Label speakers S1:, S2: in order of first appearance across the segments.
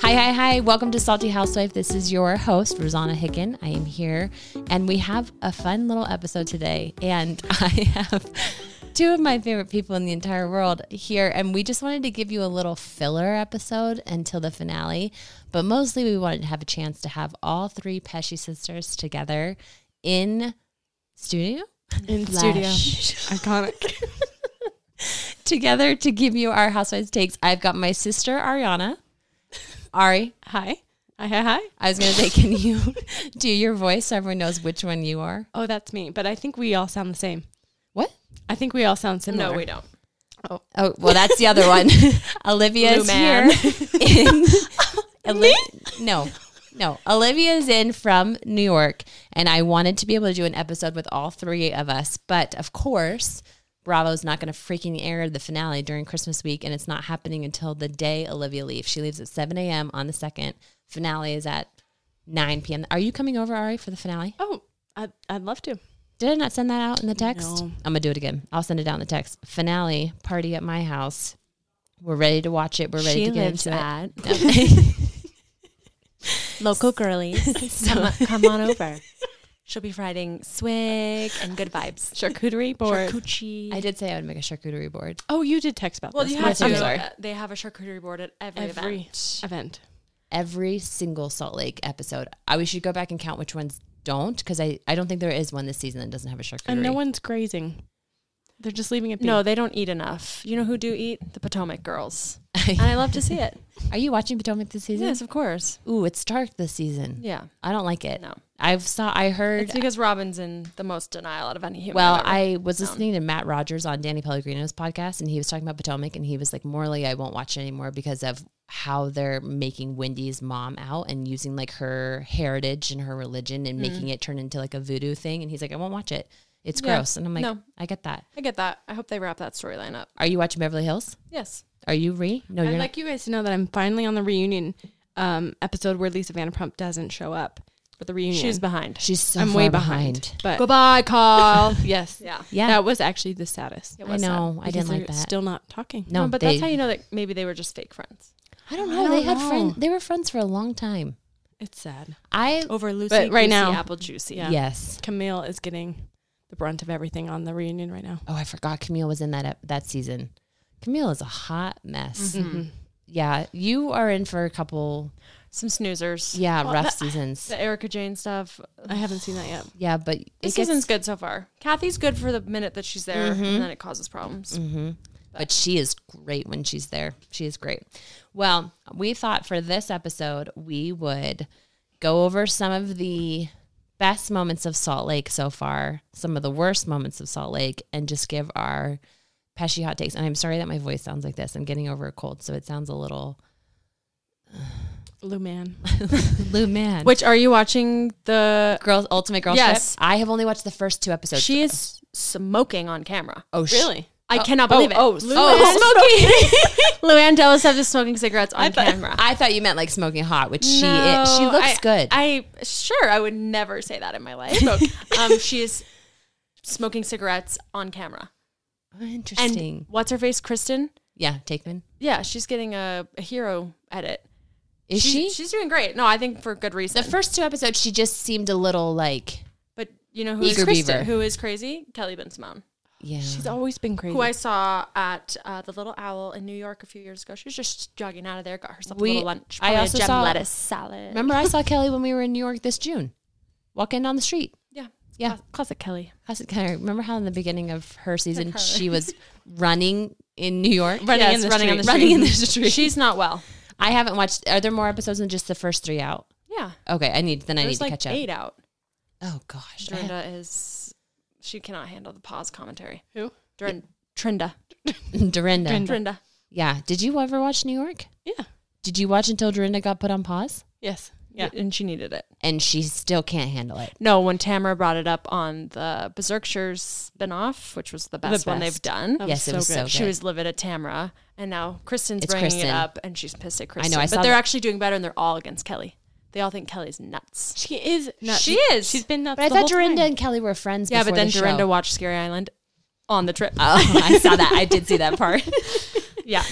S1: Hi, hi, hi. Welcome to Salty Housewife. This is your host, Rosanna Hicken. I am here and we have a fun little episode today. And I have two of my favorite people in the entire world here. And we just wanted to give you a little filler episode until the finale. But mostly we wanted to have a chance to have all three Pesci sisters together in studio
S2: in studio. Iconic.
S1: together to give you our Housewives takes. I've got my sister, Ariana. Ari,
S2: Hi. Hi, hi, hi.
S1: I was going to say, can you do your voice so everyone knows which one you are?
S2: Oh, that's me. But I think we all sound the same.
S1: What?
S2: I think we all sound similar.
S3: No, we don't.
S1: Oh, well, that's the other one. Olivia's
S3: Blue man.
S1: here. In, Oli- no, no. Olivia's in from New York, and I wanted to be able to do an episode with all three of us. But of course, Bravo's not going to freaking air the finale during Christmas week, and it's not happening until the day Olivia leaves. She leaves at 7 a.m. on the 2nd. Finale is at 9 p.m. Are you coming over, Ari, for the finale?
S2: Oh, I'd, I'd love to.
S1: Did I not send that out in the text?
S2: No.
S1: I'm gonna do it again. I'll send it out in the text. Finale party at my house. We're ready to watch it. We're ready to get into
S3: at
S1: it.
S3: Local Girlies. come, come on over. She'll be riding swig and good vibes.
S2: Charcuterie board.
S3: Charcuterie.
S1: I did say I would make a charcuterie board.
S2: oh, you did text about
S3: Well,
S2: this.
S3: you
S1: My
S3: have to.
S1: favorite.
S2: I'm sorry.
S3: uh, they have a charcuterie board at every,
S2: Every
S3: event.
S2: event.
S1: Every single Salt Lake episode. I we should go back and count which ones don't because I, I don't think there is one this season that doesn't have a charcuterie.
S2: And no one's grazing. They're just leaving it be.
S3: No, they don't eat enough. You know who do eat? The Potomac girls. And
S1: one.
S3: I love to see it.
S1: Are you watching Potomac this season?
S3: yes, of course.
S1: Ooh, it's dark this season.
S3: Yeah.
S1: I don't like it.
S3: No.
S1: I've saw. I heard.
S3: It's because Robin's in the most denial out of any human.
S1: Well,
S3: I've ever-
S1: I was listening to Matt Rogers on Danny Pellegrino's podcast, and he was talking about Potomac, and he was like, morally, I won't watch it anymore because of how they're making Wendy's mom out and using like her heritage and her religion and making it turn into like a voodoo thing. And he's like, I won't watch it. It's
S3: Yeah.
S1: gross. And I'm like,
S3: No.
S1: I get that.
S3: I get that. I hope they wrap that storyline up.
S1: Are you watching Beverly Hills?
S3: Yes.
S1: Are you re? No, you're
S2: I'd like you guys to know that I'm finally on the reunion um, episode where Lisa Vanderpump doesn't show up for the reunion.
S3: She's
S1: not.
S3: behind.
S1: She's so
S2: I'm
S1: far
S2: way
S1: behind.
S2: behind. But
S3: Goodbye, Carl.
S2: yes.
S3: yeah.
S1: Yeah,
S2: That was actually the saddest.
S3: It
S1: I
S3: was sad.
S1: know. I
S2: Because
S1: didn't like
S2: they're
S1: that.
S2: Still not talking.
S1: no,
S3: but
S1: they-
S3: that's how you know that maybe they were just fake friends.
S1: I don't
S2: I
S1: know. they
S2: don't
S1: had
S2: know.
S1: friends. They were friends for a long time.
S2: It's sad.
S1: I
S3: over Lucy.
S2: But right
S3: Goosey
S2: now-
S3: apple juicy.
S2: Yeah.
S1: yes.
S2: Camille is getting the brunt of everything on the reunion right now.
S1: Oh, I forgot Camille was in that ep- that season. Camille is a hot mess.
S3: Mm-hmm.
S1: Yeah, you are in for a couple.
S3: Some snoozers.
S1: Yeah,
S3: Well,
S1: rough
S3: that-
S1: seasons.
S3: The Erica Jane stuff.
S2: I haven't seen that yet.
S1: yeah, but
S3: This
S1: it gets. Mm-hmm.
S3: season's good so far. Kathy's good for the minute that she's there, and then it causes problems.
S1: But she is great when she's there. She is great. Well, we thought for this episode we would go over some of the best moments of Salt Lake so far, some of the worst moments of Salt Lake, and just give our peshy hot takes. And I'm sorry that my voice sounds like this. I'm getting over a cold, so it sounds a little
S2: Lou Man.
S1: Lou man.
S3: Which are you watching? The
S1: Girls Ultimate Girls
S3: Yes.
S1: Trip. I have only watched the first two episodes.
S3: she is smoking on camera.
S1: oh sh-
S3: I cannot
S2: oh,
S3: believe it.
S2: oh,
S3: smoking. Luann Delisov is smoking cigarettes on camera.
S1: I thought you meant like smoking hot, which she is. She
S3: No,
S1: looks
S3: I-
S1: good.
S3: I sure I would never say that in my life. um, she is smoking cigarettes on camera. And
S1: Interesting.
S3: what's her face, Kristen?
S1: yeah, Takeman.
S3: Yeah, she's getting a, a hero edit.
S1: Is
S3: She's-
S1: she?
S3: She's doing great. No, I think for good reason.
S1: the first two episodes, she just seemed a little like
S3: but you know who is
S1: Eager
S3: Kristen?
S1: Beaver.
S3: Who is crazy? Kelly Ben Simone,
S1: yeah.
S2: She's always been crazy.
S3: who I saw at uh, the Little Owl in New York a few years ago. She was just jogging out of there, got herself
S1: We-
S3: a little lunch.
S1: I
S3: probably a
S1: also
S3: gem
S1: saw-
S3: lettuce salad.
S1: Remember, I saw Kelly when we were in New York this June, walking down the street.
S3: Yeah,
S1: Yeah.
S3: classic Kelly.
S1: How's it- can I remember how in the beginning of her season she was running in New York.
S2: Running in the
S3: running on
S2: street.
S3: the
S1: Running in the
S3: street. She's not well.
S1: I haven't watched. Are there more episodes than just the first three out?
S3: Yeah,
S1: Okay, I need. Then I need
S3: there's
S1: to
S3: like
S1: catch up.
S3: eight out.
S1: Oh gosh, I have-
S3: Dorinda is she cannot handle the pause commentary.
S2: Who?
S3: Dorin- Trinda.
S1: Dorinda.
S3: Trinda.
S1: Yeah. Did you ever watch New York?
S2: Yeah.
S1: Did you watch until Dorinda got put on pause?
S2: Yes. Yeah.
S3: and she needed it.
S1: And she still can't handle it.
S3: No, when Tamara brought it up on the Berserkshires spinoff, which was the best, one they've
S2: best.
S3: done,
S2: That
S1: yes, it was so good.
S3: she was livid at Tamara, and now Kristen's
S1: It's
S3: bringing
S1: Kristen.
S3: it up, and she's pissed at Kristen.
S1: I
S3: but
S1: saw
S3: they're
S1: that.
S3: actually doing better, and they're all against Kelly. They all think Kelly's nuts.
S2: She is nuts.
S3: She is.
S2: She's been nuts.
S1: but I
S2: the
S1: thought
S2: whole
S1: Dorinda
S2: time.
S1: and Kelly were friends.
S3: Yeah,
S1: before
S3: but then
S1: the
S3: Dorinda
S1: show.
S3: watched Scary Island on the trip.
S1: Oh, I saw that. I did see that part.
S3: yeah.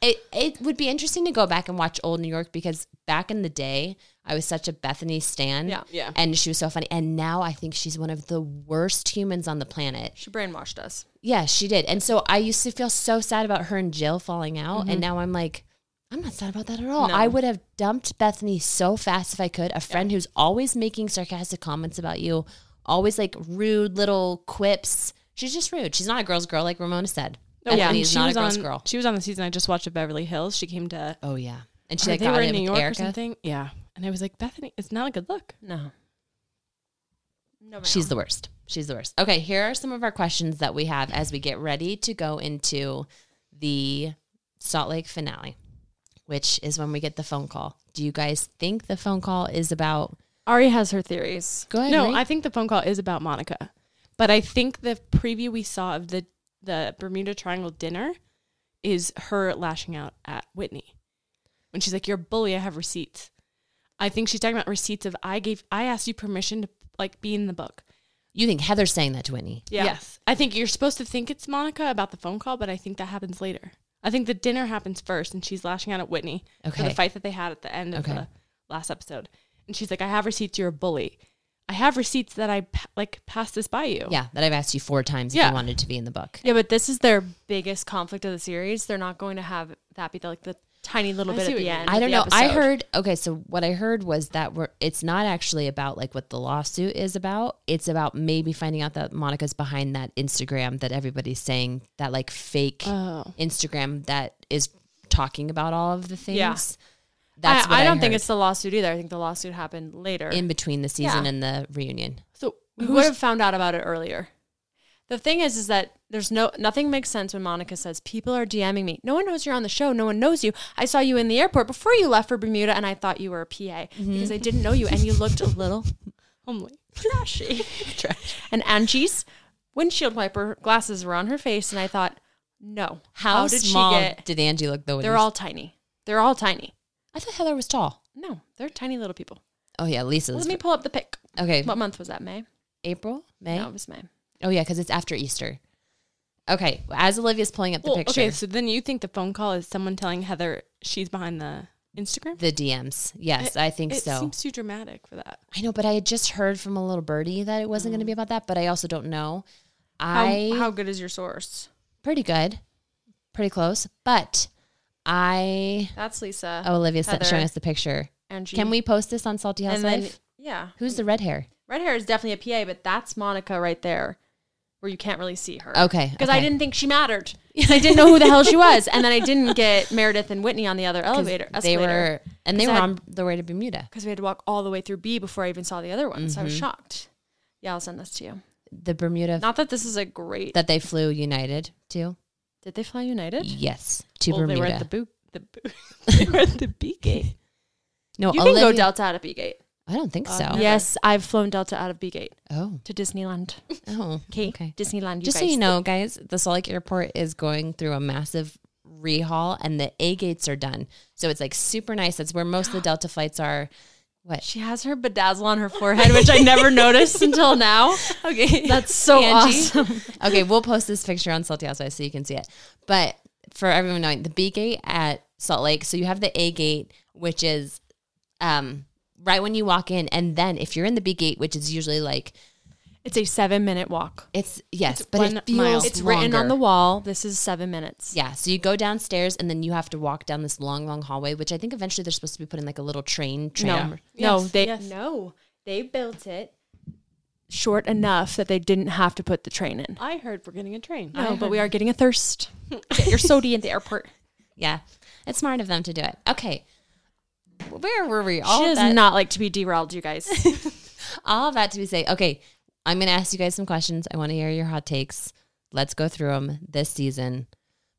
S1: It it would be interesting to go back and watch old New York because back in the day, I was such a Bethany stan.
S3: Yeah.
S2: Yeah.
S1: And she was so funny. And now I think she's one of the worst humans on the planet.
S3: She brainwashed us.
S1: Yeah, she did. And so I used to feel so sad about her and Jill falling out. And now I'm like, I'm not sad about that at all.
S3: No.
S1: I would have dumped Bethany so fast if I could. A friend who's always making sarcastic comments about you, always like rude little quips. She's just rude. She's not a girl's girl, like Ramona said.
S2: No,
S1: Bethany
S2: when
S1: is
S2: she
S1: not a
S2: was
S1: girl's
S2: on,
S1: girl.
S2: She was on the season I just watched of Beverly Hills. She came to
S1: Oh yeah. And she
S2: she
S1: like
S2: they
S1: got
S2: were
S1: in
S2: in New York or
S1: Erica.
S2: something. Yeah. And I was like, Bethany, it's not a good look.
S3: No. No.
S1: She's the worst. She's the worst. Okay, here are some of our questions that we have as we get ready to go into the Salt Lake finale, which is when we get the phone call. Do you guys think the phone call is about?
S3: Ari has her theories.
S1: Go ahead.
S2: no,
S1: Marie.
S2: I think the phone call is about Monica. But I think the preview we saw of the the Bermuda Triangle dinner is her lashing out at Whitney. When she's like, You're a bully, I have receipts. I think she's talking about receipts of I gave I asked you permission to like be in the book.
S1: you think Heather's saying that to Whitney.
S3: Yeah.
S2: Yes. I think you're supposed to think it's Monica about the phone call, but I think that happens later. I think the dinner happens first and she's lashing out at Whitney for
S1: Okay.
S2: the fight that they had at the end of
S1: Okay.
S2: the last episode. And she's like, I have receipts, you're a bully. I have receipts that I pa- like passed this by you.
S1: Yeah, that I've asked you four times if
S2: Yeah.
S1: you wanted to be in the book.
S3: Yeah, but this is their biggest conflict of the series. They're not going to have that be the, like the tiny little
S2: I
S3: bit
S2: see
S3: at
S2: what
S3: the
S2: you mean.
S3: end.
S1: I
S3: of
S1: don't
S3: the
S1: know. I
S3: episode.
S1: heard okay, so what I heard was that we're it's not actually about like what the lawsuit is about. It's about maybe finding out that Monica's behind that Instagram that everybody's saying that like fake
S2: Oh.
S1: Instagram that is talking about all of the things.
S3: Yeah.
S1: That's
S3: I,
S1: what
S3: I
S1: I
S3: don't think
S1: heard
S3: it's the lawsuit either. I think the lawsuit happened later.
S1: in between the season
S3: Yeah.
S1: and the reunion.
S2: So
S3: we
S2: who's-
S3: would have found out about it earlier. The thing is, is that there's no nothing makes sense when Monica says people are DMing me. No one knows you're on the show. No one knows you. I saw you in the airport before you left for Bermuda, and I thought you were a PA
S1: Mm-hmm.
S3: because I didn't know you, and you looked a little
S2: homely.
S3: trashy. And Angie's windshield wiper glasses were on her face, and I thought, no,
S1: How, small did Angie look though? when
S3: They're
S1: you-
S3: all tiny. They're all tiny.
S1: I thought Heather was tall.
S3: No, they're tiny little people.
S1: Oh yeah, Lisa's.
S3: Let me pull up the pic.
S1: okay,
S3: What month was that? May.
S1: April, May.
S3: No, it was May.
S1: Oh yeah, because it's after Easter. Okay, as Olivia's pulling up the
S2: Well,
S1: picture,
S2: okay, so then you think the phone call is someone telling Heather she's behind the Instagram?
S1: the DMs. Yes, I think
S2: it
S1: so.
S2: seems too dramatic for that.
S1: I know, but I had just heard from a little birdie that it wasn't going to be about that, but I also don't know. I
S3: Mm. How, how good is your source?
S1: pretty good, pretty close, but I.
S3: That's Lisa.
S1: Oh, Olivia's
S3: Heather.
S1: showing us the picture.
S3: Angie.
S1: Can we post this on Salty
S3: And
S1: Housewife?
S3: then yeah,
S1: Who's the red hair?
S3: red hair is definitely a PA, but that's Monica right there, where you can't really see her.
S1: Okay,
S3: Because I
S1: okay.
S3: didn't think she mattered. 'Cause I didn't know who the hell she was, and then I didn't get Meredith and Whitney on the other
S1: 'Cause
S3: elevator.
S1: They were and they
S3: 'Cause
S1: were
S3: I had-
S1: on their way to Bermuda.
S3: because we had to walk all the way through B before I even saw the other one, so I
S1: Mm-hmm.
S3: was shocked. Yeah, I'll send this to you.
S1: The Bermuda
S3: Not that this is a great.
S1: that they flew United to.
S3: Did they fly United?
S1: Yes, to
S2: well,
S1: Bermuda.
S2: Oh, they were at the boot. The boo- they were at the B gate.
S1: no,
S3: You
S1: Olivia, Oh.
S3: can go Delta out of B Gate.
S1: I don't think
S2: Uh,
S1: so.
S2: Never.
S3: Yes, I've flown Delta out of B Gate
S1: Oh,
S3: to Disneyland.
S1: oh,
S3: Okay,
S1: okay.
S3: Disneyland. You
S1: Just so
S3: guys.
S1: you know, guys, the Salt Lake Airport is going through a massive rehaul, and the A gates are done. So it's like super nice. That's where most of the Delta flights are. What?
S3: She has her bedazzle on her forehead, which I never noticed until now.
S1: Okay,
S3: That's so
S1: Angie.
S3: awesome.
S1: okay, we'll post this picture on Salty Housewives so you can see it. But for everyone knowing, the B gate at Salt Lake, so you have the A gate, which is um, right when you walk in, and then if you're in the B gate, which is usually like
S3: It's a seven minute walk.
S1: it's yes,
S2: It's
S1: but
S2: one
S1: it feels
S2: mile.
S3: It's written on
S1: longer.
S3: the wall. This is seven minutes.
S1: Yeah, so you go downstairs and then you have to walk down this long, long hallway, which I think eventually they're supposed to be putting like a little train tram.
S3: No, no,
S2: Yes,
S3: they
S2: yes.
S3: no, they built it short enough that they didn't have to put the train in.
S2: I heard we're getting a train.
S3: No, but we are getting a thirst. Get your sodi at the airport.
S1: Yeah, it's smart of them to do it. Okay, where were we? All
S3: she
S1: of
S3: does
S1: that,
S3: not like to be derailed, you guys.
S1: all of that to be say. Okay, I'm gonna ask you guys some questions. I want to hear your hot takes. Let's go through them this season.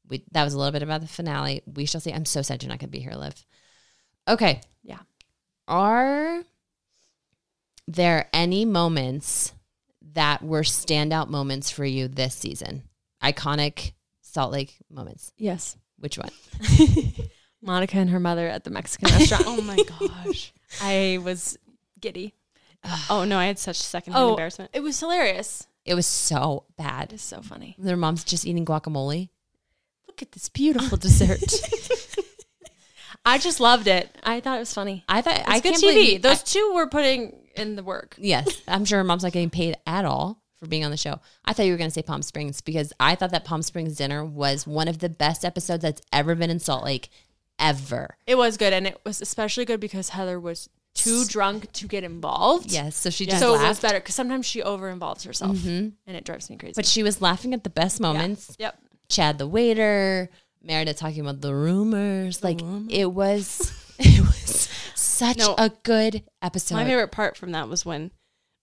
S1: We that was a little bit about the finale. We shall see. I'm so sad you're not gonna be here, Liv. Okay,
S3: yeah.
S1: are there any moments that were standout moments for you this season? Iconic Salt Lake moments.
S3: Yes.
S1: Which one?
S3: Monica and her mother at the Mexican restaurant.
S2: oh my gosh.
S3: I was giddy.
S2: Oh no, I had such secondhand
S3: Oh,
S2: embarrassment.
S3: It was hilarious.
S1: It It was so bad.
S3: It's so funny.
S1: Their mom's just eating guacamole.
S3: Look at this beautiful dessert. I just loved it. I thought it was funny.
S1: I thought I
S3: It's good
S1: can't
S3: TV.
S1: believe
S3: Those two were putting in the work.
S1: Yes, I'm sure her mom's not getting paid at all for being on the show. I thought you were going to say Palm Springs because I thought that Palm Springs dinner was one of the best episodes that's ever been in Salt Lake, ever.
S3: It was good, and it was especially good because Heather was too drunk to get involved.
S1: Yes, so she just
S3: so it was
S1: laughed, Mm-hmm.
S3: better because sometimes she over involves herself, and it drives me crazy.
S1: but she was laughing at the best moments.
S3: yep,
S1: Chad the waiter, Meredith talking about the rumors. like it was, it was such
S2: No.
S1: a good episode.
S2: My favorite part from that was when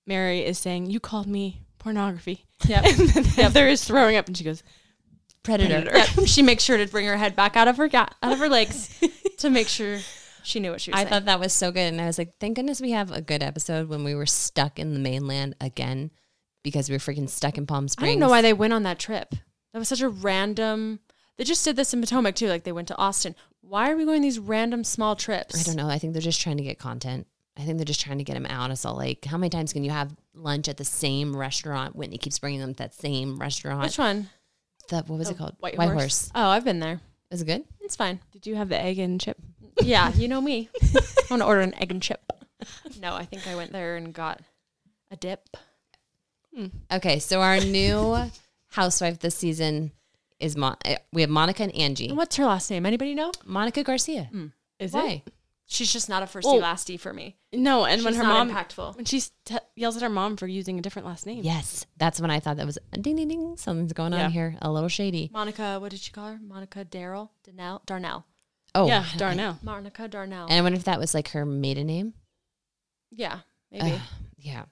S2: Mary is saying, "You called me pornography."
S3: Yep.
S2: and then Heather is throwing up, and she goes,
S1: Predator.
S3: yep. She makes sure to bring her head back out of her ga- out of her legs to make sure she knew what she was
S1: I
S3: saying.
S1: thought that was so good, and I was like, thank goodness we have a good episode when we were stuck in the mainland again because we were freaking stuck in Palm
S3: I
S1: Springs.
S3: don't know why they went on that trip. That was such a random. They just did this in Potomac too. Like they went to Austin. Why are we going these random small trips?
S1: I don't know. I think they're just trying to get content. I think they're just trying to get him out of Salt Lake. How many times can you have lunch at the same restaurant? Whitney keeps bringing them to that same restaurant.
S3: Which one?
S1: The- what was
S2: The
S1: it called?
S2: White
S1: White
S2: Horse.
S1: Horse.
S3: Oh, I've been there.
S1: Is it good?
S3: It's fine.
S2: "Did you have the egg and chip?"
S3: Yeah, you know me. I want to order an egg and chip. No, I think I went there and got a dip.
S1: Okay, so our new housewife this season is Mon- uh, we have Monica and Angie.
S3: And what's her last name? Anybody know?
S1: Monica Garcia.
S3: Mm.
S2: Is
S1: Why?
S3: She's just not a first
S2: Well,
S3: last for me.
S2: it no? And when her
S3: She's not
S2: mom
S3: impactful.
S2: when she t- yells at her mom for using a different last name,
S1: Yes, that's when I thought that was ding ding ding. Something's going on
S2: Yeah.
S1: here. A little shady.
S3: Monica, what did she call her? Monica Darrell? Danell? Darnell.
S1: Oh,
S2: yeah,
S1: I don't know.
S2: Darnell.
S3: Monica Darnell.
S1: And I wonder if that was like her maiden name.
S3: yeah, maybe.
S1: Ugh, yeah.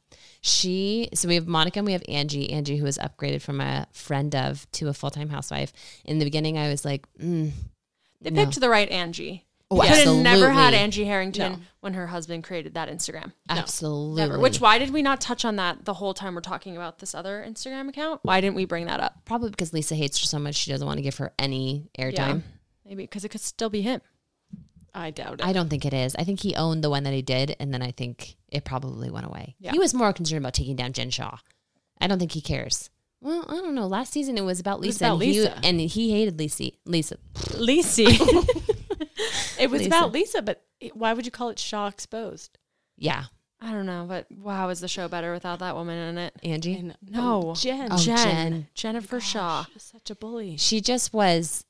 S1: She, so we have Monica and we have Angie. Angie, who was upgraded from a friend of to a full time housewife. In the beginning, I was like, mm,
S3: they
S1: no.
S3: picked the right Angie.
S1: Oh,
S3: Could have never had
S1: absolutely.
S3: Angie Harrington
S2: No.
S3: when her husband created that Instagram.
S1: absolutely.
S3: Never. Which why did we not touch on that the whole time we're talking about this other Instagram account? Why didn't we bring that up?
S1: probably because Lisa hates her so much, she doesn't want to give her any airtime.
S3: Maybe because it could still be him.
S2: I doubt it.
S1: I don't think it is. I think he owned the one that he did, and then I think it probably went away.
S3: Yeah.
S1: He was more concerned about taking down Jen Shaw. I don't think he cares. Well, I don't know. Last season it was about Lisa,
S2: was about
S1: and, he-
S2: Lisa.
S1: and He, hated Lisa. Lisa,
S2: Lisa. it was about Lisa, but it- why would you call it Shaw exposed?
S1: yeah,
S3: I don't know, but wow, is the show better without that woman in it?
S1: Angie.
S2: And
S3: No.
S2: Jen.
S1: Oh,
S3: Jen,
S1: Jen.
S3: Jennifer Shaw.
S2: She was such a bully.
S1: She just was.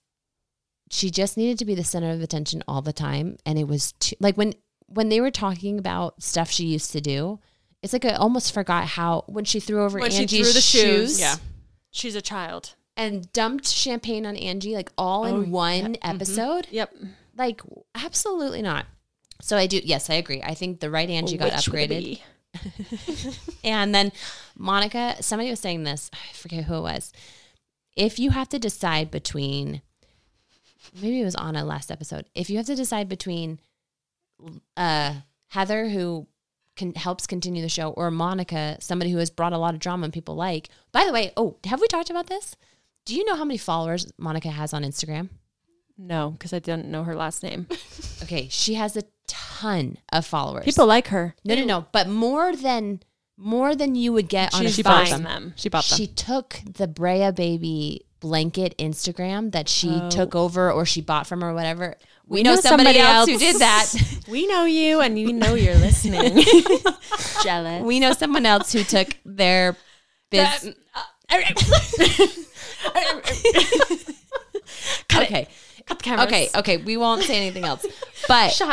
S1: She just needed to be the center of attention all the time, and it was too, like when when they were talking about stuff she used to do. It's like I almost forgot how when she threw over
S3: When she
S1: Angie's
S3: threw the shoes.
S1: shoes.
S2: Yeah.
S3: She's a child.
S1: and dumped champagne on Angie like all
S2: Oh,
S1: in one
S3: Mm-hmm.
S1: episode.
S3: Yep.
S1: Like absolutely not. So I do. Yes, I agree. I think the right Angie got
S3: Witch with a
S1: upgraded,
S3: bee.
S1: and then Monica. Somebody was saying this. I forget who it was. If you have to decide between, maybe it was on a last episode. If you have to decide between, uh, Heather who can helps continue the show, or Monica, somebody who has brought a lot of drama and people like. By the way, oh, have we talked about this? Do you know how many followers Monica has on Instagram?
S3: No, because I didn't know her last name.
S1: Okay, she has a ton of followers.
S3: People like her.
S1: no, no, no, but more than more than you would get on
S3: She's
S1: a
S2: she
S1: phone.
S2: bought them.
S3: buying them.
S2: She bought them.
S1: She took the Brea baby blanket Instagram that she
S2: Oh.
S1: took over or she bought from or whatever. We, know, somebody, else who did that.
S3: we know you, and you know you're listening. Jealous.
S1: we know someone else who took their biz- okay.
S3: Cut the cameras.
S1: Okay, okay, we won't say anything else. But
S3: Shaw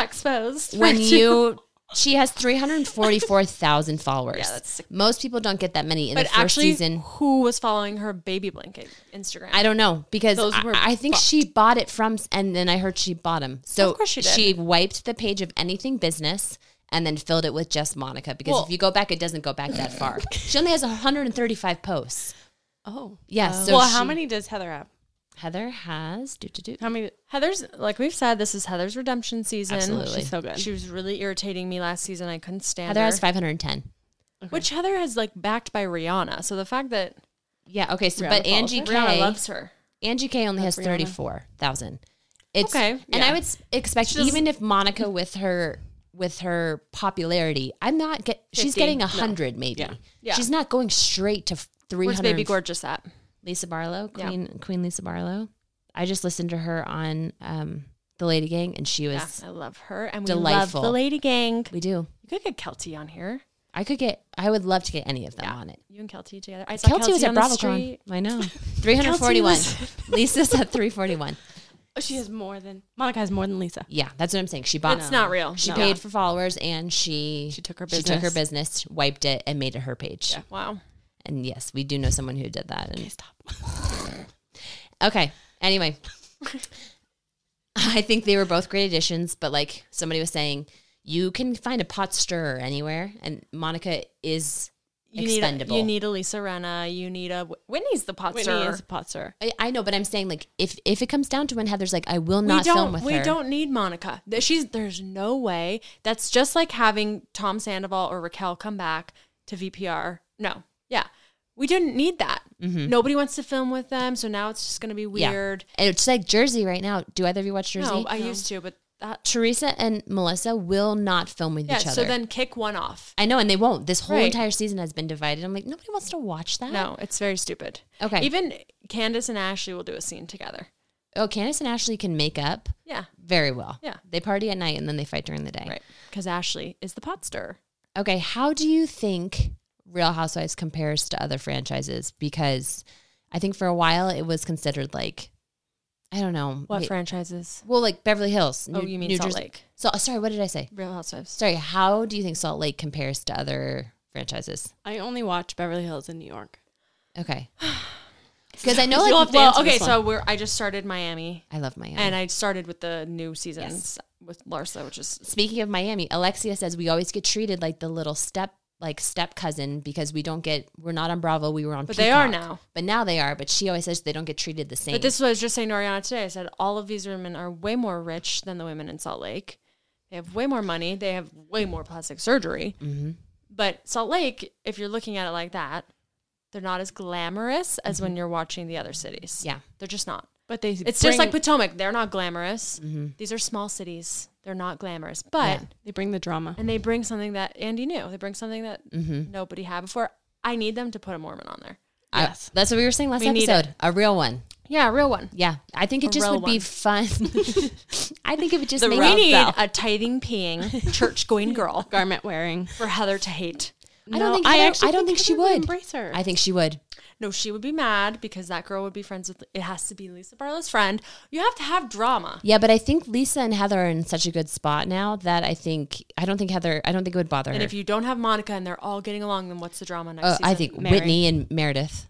S3: exposed.
S1: when you she has 344,000 followers.
S3: Yeah, that's sick.
S1: Most people don't get that many in
S3: but
S1: the first
S3: actually,
S1: season.
S3: who was following her baby blanket Instagram?
S1: I don't know because
S3: Those
S1: I,
S3: were
S1: I think she bought it from, and then I heard she bought him. So
S3: Of course she did.
S1: wiped the page of anything business and then filled it with just Monica because
S3: Well-
S1: if you go back, it doesn't go back that far. she only has 135 posts.
S2: oh.
S1: Yeah, so
S2: well, how
S1: she-
S2: many does Heather have?
S1: Heather has do do do.
S2: How many?
S3: Heather's like we've said, this is Heather's redemption season.
S1: Absolutely.
S2: She's so good.
S3: She was really irritating me last season. I couldn't stand
S1: Heather
S3: her.
S1: has 510.
S3: Which Heather has like backed by Rihanna. So the fact that
S1: Yeah. Okay. So,
S2: Rihanna
S1: but
S2: follows
S1: Angie
S2: her.
S3: Rihanna
S1: K.
S3: loves her.
S1: Angie K only has
S2: Rihanna.
S1: 34,000. It's
S3: Okay,
S1: And
S2: yeah.
S1: I would s- expect
S3: She doesn't-
S1: even if Monica with her with her popularity, I'm not get she's
S3: 50,
S1: getting
S3: no.
S1: 100 maybe.
S2: Yeah.
S3: Yeah.
S1: She's not going straight to three
S3: Where's
S1: hundred.
S3: Baby Gorgeous at?
S1: Lisa Barlow,
S3: Yeah.
S1: Queen Queen Lisa Barlow. I just listened to her on um, the Lady Gang, and she
S3: Yeah,
S1: was.
S3: I love her, and we
S1: delightful.
S3: love the Lady Gang.
S1: We do.
S3: You could get Kelty on here.
S1: I could get. I would love to get any of them on it.
S3: You and Kelty together. I saw
S1: Kelty was at
S3: on the
S1: BravoCon.
S3: street.
S1: I know. Three hundred forty-one. Lisa's at three forty-one.
S2: Oh, she has more than Monica has more than Lisa.
S1: Yeah, that's what I'm saying. She bought.
S3: It's not real.
S1: She
S3: No.
S1: paid for followers, and she
S2: She took her
S1: She took her
S2: business.
S1: business, wiped it, and made it her page.
S3: Wow.
S1: And yes, we do know someone who did that. And
S2: Stop.
S1: Okay. Anyway, I think they were both great additions, but like somebody was saying, you can find a pot stirrer anywhere, and Monica is
S3: You
S1: expendable.
S3: Need a, you need a Lisa Renna. You need a Whitney's the pot
S2: Whitney
S3: stirrer.
S2: is a pot stirrer.
S1: I, I know, but I'm saying like if if it comes down to when Heather's like, I will not film with
S3: we
S1: her.
S3: don't need Monica. Th- She's there's no way. That's just like having Tom Sandoval or Raquel come back to VPR. No, yeah, we didn't need that. Nobody wants to film with them, so now it's just going to be
S1: Mm-hmm. Yeah.
S3: weird.
S1: And it's like Jersey right now. Do either of you watch Jersey?
S3: No, I used to, but that
S1: Teresa and Melissa will not film with
S3: yeah.
S1: each other.
S3: So then kick one off.
S1: I know, and they won't. This whole
S3: Right.
S1: entire season has been divided. I'm like, nobody wants to watch that.
S3: No, it's very stupid.
S1: Okay.
S3: even Candace and Ashley will do a scene together.
S1: Oh, Candace and Ashley can make up
S3: Yeah,
S1: very well.
S3: Yeah.
S1: They party at night and then they fight during the day.
S3: right. Because Ashley is the pot stirrer.
S1: Okay, how do you think Real Housewives compares to other franchises? Because I think for a while it was considered like, I don't know,
S3: What
S1: wait-
S3: franchises?
S1: well, like Beverly Hills.
S3: Oh, you mean Salt Lake.
S1: So sorry, what did I say?
S3: Real Housewives.
S1: Sorry, how do you think Salt Lake compares to other franchises?
S2: I only watch Beverly Hills in New York.
S1: Okay, because I know like
S3: You'll have to
S1: well,
S3: answer
S1: okay,
S3: this
S1: so
S3: one. we're I just started Miami.
S1: I love Miami.
S3: And I started with the new seasons with Larsa, which is
S1: Speaking of Miami, Alexia says we always get treated like the little step like step cousin because we don't get we're not on Bravo, we were on
S3: But they are
S1: Peacock.
S3: now.
S1: But now they are, but she always says they don't get treated the same.
S3: But this is what I was just saying to Ariana today. I said all of these women are way more rich than the women in Salt Lake. They have way more money. They have way more plastic surgery. But Salt Lake, if you're looking at it like that, they're not as glamorous as when you're watching the other cities.
S1: Yeah.
S3: they're just not.
S2: But they
S3: It's just like Potomac. They're not glamorous. These are small cities. They're not glamorous, but
S2: they bring the drama.
S3: and they bring something that Andy knew. They bring something that nobody had before. I need them to put a Mormon on there.
S1: I-
S2: Yes.
S1: that's what we were saying last
S3: We need
S1: episode. A real one.
S3: Yeah, a real one.
S1: Yeah. I think it just
S3: real
S1: would be
S3: one.
S1: fun. I think it would just make
S3: we
S1: it-
S3: need a tithing, peeing, church going girl
S2: Garment wearing.
S3: for Heather to hate.
S1: I don't think
S2: I
S1: Heather-
S2: actually
S1: I don't
S2: think
S1: think she
S2: Heather would
S1: would.
S2: embrace her.
S1: I think she would.
S3: No, she would be mad because that girl would be friends with. It has to be Lisa Barlow's friend. You have to have drama.
S1: Yeah, but I think Lisa and Heather are in such a good spot now that I think I don't think Heather I don't think it would bother
S3: And
S1: her.
S3: if you don't have Monica and they're all getting along, then what's the drama next
S1: Uh,
S3: season?
S1: I think
S2: Mary.
S1: Whitney and Meredith.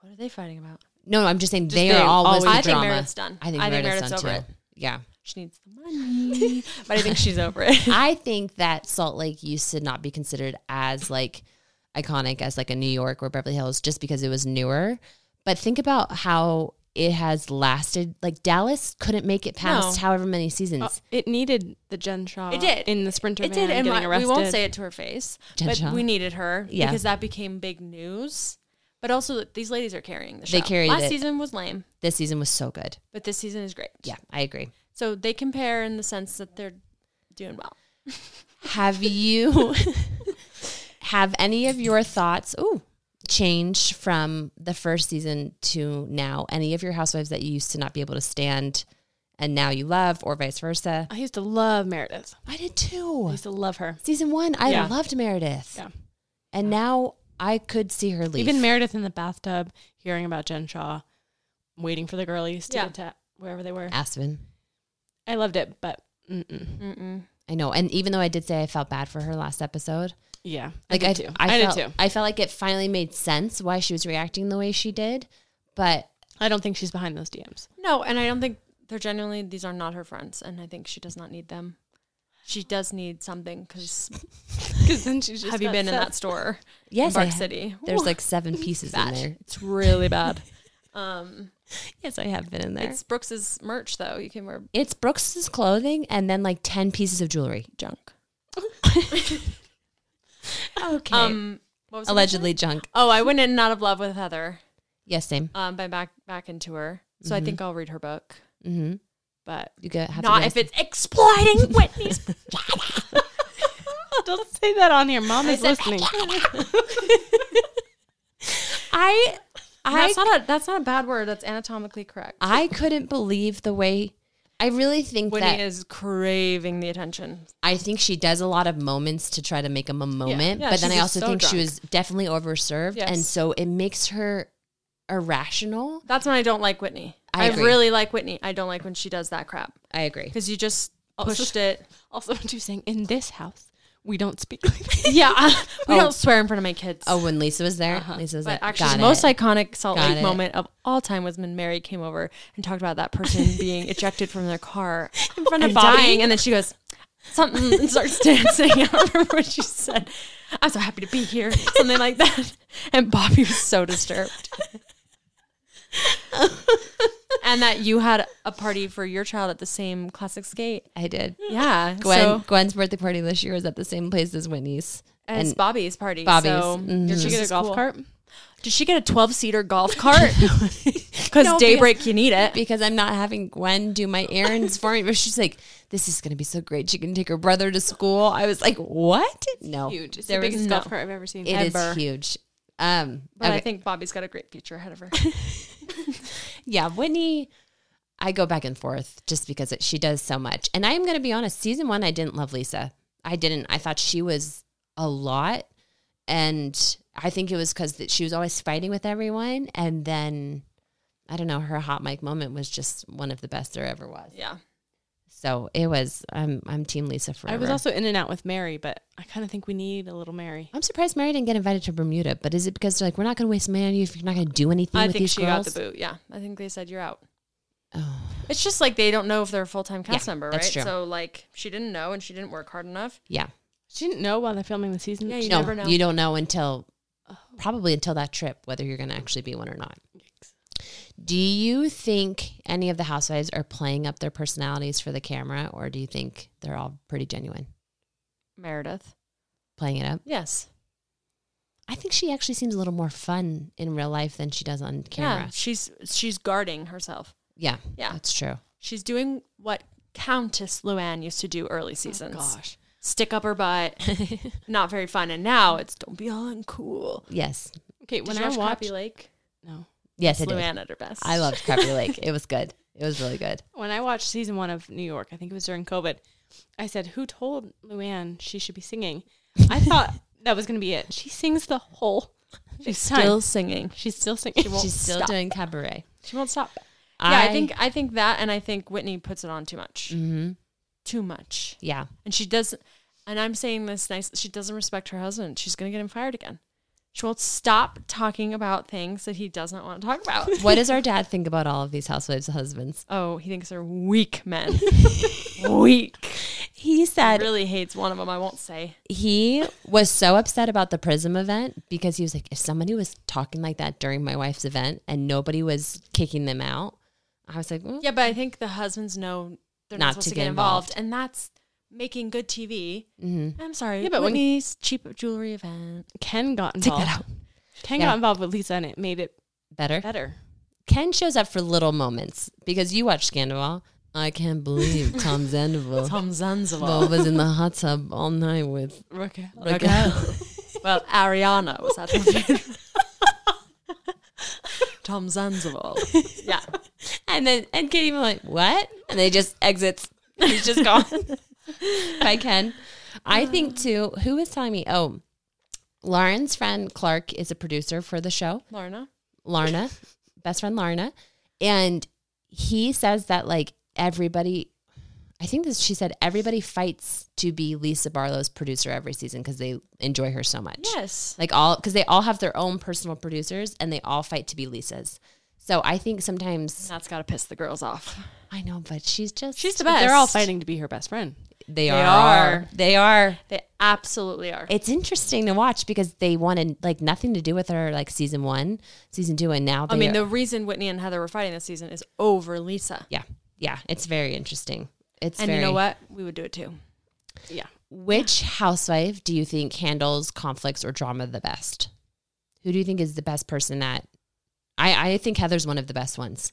S3: What are they fighting about?
S1: No, no, I'm just saying they,
S2: they
S1: are always,
S2: always-
S1: the
S2: I
S3: think
S1: drama.
S3: Meredith's done.
S1: I think
S3: I think
S1: Meredith's,
S3: Meredith's
S1: done
S3: over
S1: too. Yeah.
S3: She needs the money, but I think she's over it.
S1: I think that Salt Lake used to not be considered as like iconic as like a New York or Beverly Hills just because it was newer. But think about how it has lasted. Like Dallas couldn't make it past
S3: No. Uh,
S1: however many seasons.
S2: It needed the Jen Shaw.
S3: It did.
S2: in the sprinter.
S3: It did,
S2: van
S3: and
S2: getting
S3: my- we
S2: arrested.
S3: won't say it to her face,
S1: Jen
S3: but
S1: Shaw?
S3: we needed her
S1: Yeah.
S3: because that became big news. But also, these ladies are carrying the show.
S1: They carried
S3: Last
S1: it.
S3: season was lame,
S1: This season was so good.
S3: but this season is great.
S1: Yeah, I agree.
S3: So they compare in the sense that they're doing well.
S1: Have you have any of your thoughts ooh changed from the first season to now? Any of your housewives that you used to not be able to stand and now you love or vice versa?
S2: I used to love Meredith.
S1: I did too.
S2: I used to love her.
S1: Season one, I
S2: Yeah.
S1: loved Meredith.
S2: Yeah.
S1: And now I could see her leave.
S2: Even Meredith in the bathtub, hearing about Jen Shaw, waiting for the girlies to
S3: Yeah.
S2: get to wherever they were.
S1: Aspen.
S2: I loved it, but mm-mm.
S3: Mm-mm.
S1: I know. And even though I did say I felt bad for her last episode,
S2: yeah,
S1: like
S2: I
S1: I,
S2: did too.
S1: I,
S2: I,
S1: felt,
S2: did too.
S1: I felt like it finally made sense why she was reacting the way she did. But
S2: I don't think she's behind those DMs.
S3: No, and I don't think they're genuinely. These are not her friends, and I think she does not need them. She does need something because
S2: Because then she's just
S3: have you been in that store?
S1: yes, I
S3: Park
S1: have-
S3: City.
S1: there's
S3: Ooh,
S1: like seven pieces in there.
S3: it's really bad. um,
S1: Yes, I have been in there.
S3: it's
S1: It's,
S3: Brooks's merch though. You can wear
S1: it's Brooks's clothing and then like 10 pieces of jewelry.
S3: junk.
S1: Okay.
S3: Um, what was I gonna say?
S1: Allegedly junk.
S3: Oh, I went in and out of love with Heather.
S1: Yes, same.
S3: Um, by back back into her. So I think I'll read her book,
S1: Mm-hmm.
S3: but
S1: You go, have
S3: not
S1: to go.
S3: if it's exploiting Whitney's.
S2: Don't say that on here. Mom
S3: I
S2: is
S3: said-
S2: listening.
S1: I I
S3: that's not a that's not a bad word. That's anatomically correct.
S1: I couldn't believe the way I really think that
S3: Whitney is craving the attention.
S1: I think she does a lot of moments to try to make them a moment,
S3: Yeah,
S1: but then
S3: she's
S1: I
S3: just
S1: also
S3: so
S1: think she
S3: drunk.
S1: was definitely overserved, and
S3: Yes.
S1: so it makes her irrational.
S3: That's when I don't like Whitney.
S1: I
S3: I,
S1: agree.
S3: really like Whitney. I don't like when she does that crap
S1: I agree.
S3: because you just
S2: Also-
S3: pushed it.
S2: Also, when she was saying, in this house, we don't speak like this.
S3: Yeah, I- we
S1: Oh.
S3: don't swear in front of my kids.
S1: Oh, when Lisa was there, Lisa was
S3: Uh-huh. But
S1: like,
S3: actually,
S1: "Got
S3: the most
S1: it."
S3: iconic Salt
S1: Got
S3: Lake
S1: it.
S3: moment of all time was when Mary came over and talked about that person being ejected from their car in
S2: front of
S3: and
S2: Bobby.
S3: dying, and then she goes something and starts dancing. I don't remember what she said. I'm so happy to be here, something like that. And Bobby was so disturbed. and that you had a party for your child at the same classic skate.
S1: I did.
S3: Yeah,
S1: Gwen,
S3: Hmm. so
S1: Gwen's birthday party this year was at the same place as Whitney's.
S3: and it's
S1: and-
S3: Bobby's party.
S1: Bobby's,
S3: So
S1: mhm.
S3: you're
S2: Did she get a
S3: just
S2: golf
S3: cool.
S2: cart?
S3: Did she get a 12 seater golf cart? Because
S1: No,
S3: daybreak, you need it.
S1: Because I'm not having Gwen do my errands for me, but she's like, "This is gonna be so great. She can take her brother to school." I was like, "What? no,
S2: Huge. It's
S1: There
S2: the
S1: was
S2: biggest
S1: no-
S2: golf cart I've ever seen.
S1: It is
S3: ever.
S1: huge." Um,
S3: But I
S1: okay.
S3: think Bobby's got a great future ahead of her.
S1: yeah, Whitney, I go back and forth just because it, she does so much. And I'm going to be honest, season one, I didn't love Lisa. I didn't. I thought she was a lot. And I think it was because she was always fighting with everyone. And then, I don't know, her hot mic moment was just one of the best there ever was.
S3: yeah.
S1: So it was, I'm, I'm Team Lisa forever.
S2: I was also in and out with Mary, but I kind of think we need a little Mary.
S1: I'm surprised Mary didn't get invited to Bermuda, but is it because they're like, we're not going to waste money on you if you're not going to do anything
S3: I
S1: with
S3: think
S1: these
S3: she
S1: girls?
S3: got the boot. Yeah. I think they said you're out.
S1: oh.
S3: It's just like they don't know if they're a full time cast
S1: Yeah,
S3: member, right?
S1: that's true.
S3: So, like, she didn't know and she didn't work hard enough.
S1: Yeah.
S2: She didn't know while they're filming the season.
S3: Yeah, you
S1: no,
S3: never know. Oh,
S1: you don't know until probably until that trip whether you're going to actually be one or not.
S2: Oh,
S1: Do you think any of the housewives are playing up their personalities for the camera, or do you think they're all pretty genuine
S3: Meredith.
S1: playing it up?
S3: Yes.
S1: I think she actually seems a little more fun in real life than she does on
S3: Yeah.
S1: camera.
S3: She's she's guarding herself.
S1: Yeah,
S3: Yeah.
S1: that's true.
S3: She's doing what Countess Luann used to do early seasons.
S2: Gosh.
S3: Stick up her butt. Not very fun. And now it's don't be uncool.
S1: Yes,
S2: Okay,
S3: Did
S2: when
S3: you
S2: I
S3: watch
S2: watched,
S3: Crappy Lake?
S2: no,
S1: yes, I did.
S3: Luann at her best.
S1: I loved Crappy Lake. It was good. It was really good.
S2: when I watched season one of New York, I think it was during COVID. I said, "Who told Luann she should be singing?" I thought that was going to be it. She sings the whole. She's
S3: Still singing.
S2: She's still singing. She
S1: She's still
S3: stop.
S1: doing cabaret.
S3: She won't stop. Yeah, I think I think that, and I think Whitney puts it on too much,
S1: Mhm.
S3: too much,
S1: Yeah,
S3: and she doesn't. And I'm saying this nice. She doesn't respect her husband. She's gonna get him fired again. She won't stop talking about things that he doesn't want to talk about.
S1: what does our dad think about all of these housewives' husbands?
S3: oh, he thinks they're weak men. weak.
S1: He said
S3: Really hates one of them. I won't say.
S1: he was so upset about the Prism event because he was like, if somebody was talking like that during my wife's event and nobody was kicking them out, I was like, "Mm,
S3: Yeah, but I think the husbands know they're not,
S1: Not
S3: supposed
S1: to
S3: to get,
S1: get
S3: involved, and that's making good TV. I'm sorry.
S2: Yeah,
S3: Yeah,
S2: but
S3: but
S2: when-
S3: Whitney's cheap jewelry event.
S2: Ken got
S1: take
S2: involved.
S1: that out.
S2: Ken
S1: Yeah.
S2: got involved with Lisa, and it made it
S1: Better.
S2: better.
S1: Ken shows up for little moments because you watch Scandival. I can't believe Tom Sandoval
S3: Tom Zanzibar.
S1: was in the hot tub all night with
S2: Okay.
S1: Raquel.
S3: uh, Well, Ariana was at her funeral. Tom Zanzibar. Yeah.
S1: and then and Katie was like, what? And they just exits. He's just gone. By Ken. I think too, who was telling me? Oh, Lauren's friend Clark is a producer for the show.
S3: Lorna.
S1: Larna, best friend Larna, and he says that like everybody, I think this she said everybody fights to be Lisa Barlow's producer every season because they enjoy her so much.
S3: Yes.
S1: Like all because they all have their own personal producers and they all fight to be Lisa's. So I think sometimes
S3: That's got to piss the girls off.
S1: I know, but she's just
S3: She's the best.
S2: They're all fighting to be her best friend.
S1: They,
S3: are.
S1: are. They are.
S3: They absolutely are.
S1: It's interesting to watch because they wanted like nothing to do with her like season one, season two, and now. They
S3: I mean,
S1: are-
S3: the reason Whitney and Heather were fighting this season is over Lisa.
S1: yeah, yeah, it's very interesting. It's
S3: and
S1: very,
S3: you know what? We would do it too.
S2: Yeah.
S1: Which housewife do you think handles conflicts or drama the best? Who do you think is the best person at? I, I think Heather's one of the best ones.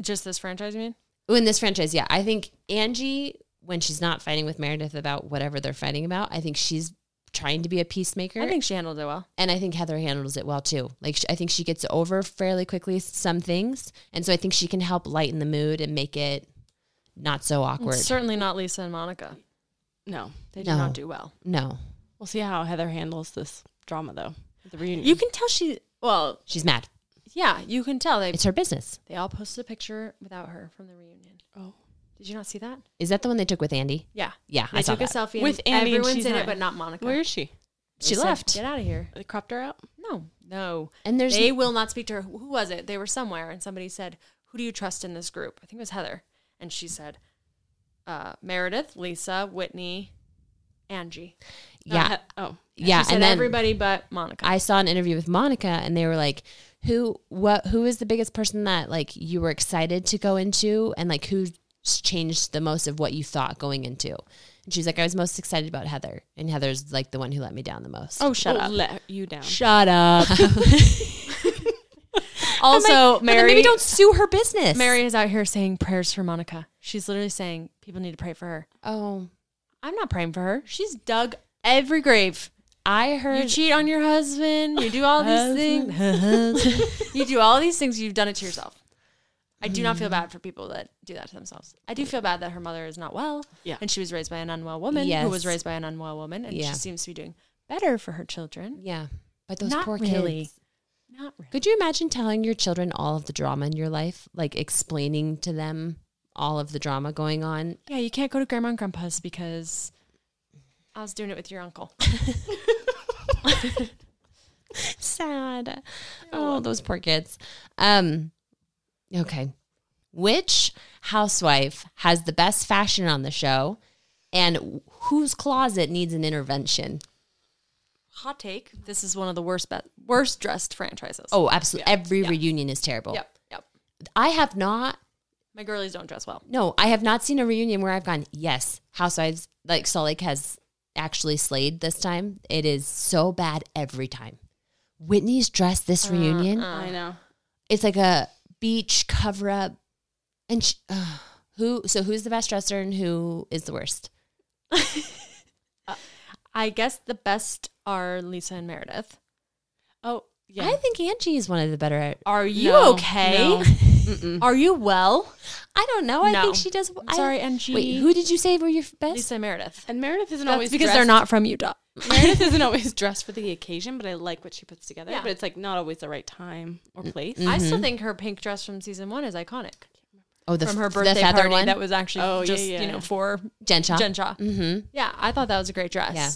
S3: Just this franchise, you mean?
S1: Oh, in this franchise, yeah. I think Angie, when she's not fighting with Meredith about whatever they're fighting about, I think she's trying to be a peacemaker.
S3: I think she handled it well.
S1: and I think Heather handles it well too. Like sh I think she gets over fairly quickly some things, and so I think she can help lighten the mood and make it not so awkward.
S3: Certainly not Lisa and Monica.
S2: No.
S3: They did
S1: No.
S3: not do well.
S1: no,
S2: We'll see how Heather handles this drama though. at The reunion.
S3: You can tell she. Well,
S1: she's mad.
S3: yeah, you can tell they
S1: It's her business.
S3: they all posted a picture without her from the reunion.
S2: oh.
S3: Did you not see that?
S1: Is that the one they took with Andy?
S3: Yeah,
S1: Yeah,
S3: they
S1: I saw
S3: took
S1: that.
S3: a selfie
S2: With
S3: with
S2: Andy and
S3: Everyone's
S2: she's
S3: in
S2: not-
S3: it, but not Monica.
S2: Where is she?
S3: They
S1: She
S3: said,
S1: left.
S3: Get out of here.
S2: They cropped her out.
S3: No, no.
S1: and there's
S3: they will not speak to her. Who was it? They were somewhere, and somebody said, "Who do you trust in this group?" I think it was Heather, and she said, uh, "Meredith, Lisa, Whitney, Angie."
S2: No,
S1: yeah,
S2: He- oh.
S1: yeah,
S3: she said
S1: and then
S3: everybody but Monica.
S1: I saw an interview with Monica, and they were like, "Who, what, who is the biggest person that like you were excited to go into, and like who's changed the most of what you thought going into?" And she's like, "I was most excited about Heather, and Heather's like the one who let me down the most."
S3: oh, shut
S2: Oh,
S3: up!
S2: Let you down.
S1: shut up!
S3: oh, also, Mary.
S1: maybe don't sue her business.
S3: Mary is out here saying prayers for Monica. She's literally saying people need to pray for her.
S1: Oh,
S3: I'm not praying for her. She's dug every grave.
S1: I
S3: You
S1: heard.
S3: cheat on your husband. You do all these things. you do all these things. You've done it to yourself. I do not feel bad for people that do that to themselves. I do feel bad that her mother is not well.
S2: Yeah.
S3: And she was raised by an unwell woman who was
S1: Yes.
S3: raised by an unwell woman. And
S1: Yeah.
S3: she seems to be doing better for her children.
S1: yeah, but those
S3: Not
S1: poor
S3: really.
S1: kids.
S3: Not really.
S1: Could you imagine telling your children all of the drama in your life, like explaining to them all of the drama going on?
S3: Yeah, you can't go to grandma and grandpa's because I was doing it with your uncle.
S1: Sad. Oh, those poor kids. Um, okay. Which housewife has the best fashion on the show, and whose closet needs an intervention?
S3: Hot take. This is one of the worst be- worst dressed franchises.
S1: Oh, absolutely. Every reunion is terrible.
S3: Yep. Yep.
S1: I have not
S3: My girlies don't dress well.
S1: No, I have not seen a reunion where I've gone, yes, Housewives, like Salt Lake has actually slayed this time. It is so bad every time. Whitney's dress this
S3: Uh,
S1: reunion,
S2: I know.
S1: it's like a beach cover up. And she, uh, who, so who's the best dresser and who is the worst?
S3: I guess the best are Lisa and Meredith.
S2: Oh, yeah.
S1: I think Angie is one of the better.
S3: Are you
S2: No,
S3: okay?
S2: no.
S3: Are you well?
S1: I don't know. I
S3: No.
S1: think she does.
S3: I'm
S1: I-
S3: sorry, Angie.
S1: Wait, who did you say were your best?
S3: Lisa and Meredith.
S2: And Meredith isn't
S3: That's
S2: always
S3: because
S2: dressed.
S3: they're not from Utah.
S2: Meredith isn't always dressed for the occasion, but I like what she puts together.
S3: Yeah.
S2: But it's like not always the right time or place.
S3: I still think her pink dress from season one is iconic.
S1: Oh, Mm-hmm. the,
S3: from
S1: f-
S3: her
S1: the
S3: birthday
S1: feather
S3: party
S1: one?
S3: that was actually
S2: Oh, yeah,
S3: just
S2: yeah.
S3: you know for
S1: Jen Shaw.
S3: Jen Shaw.
S1: Mm-hmm.
S3: Yeah, I thought that was a great dress.
S1: Yeah.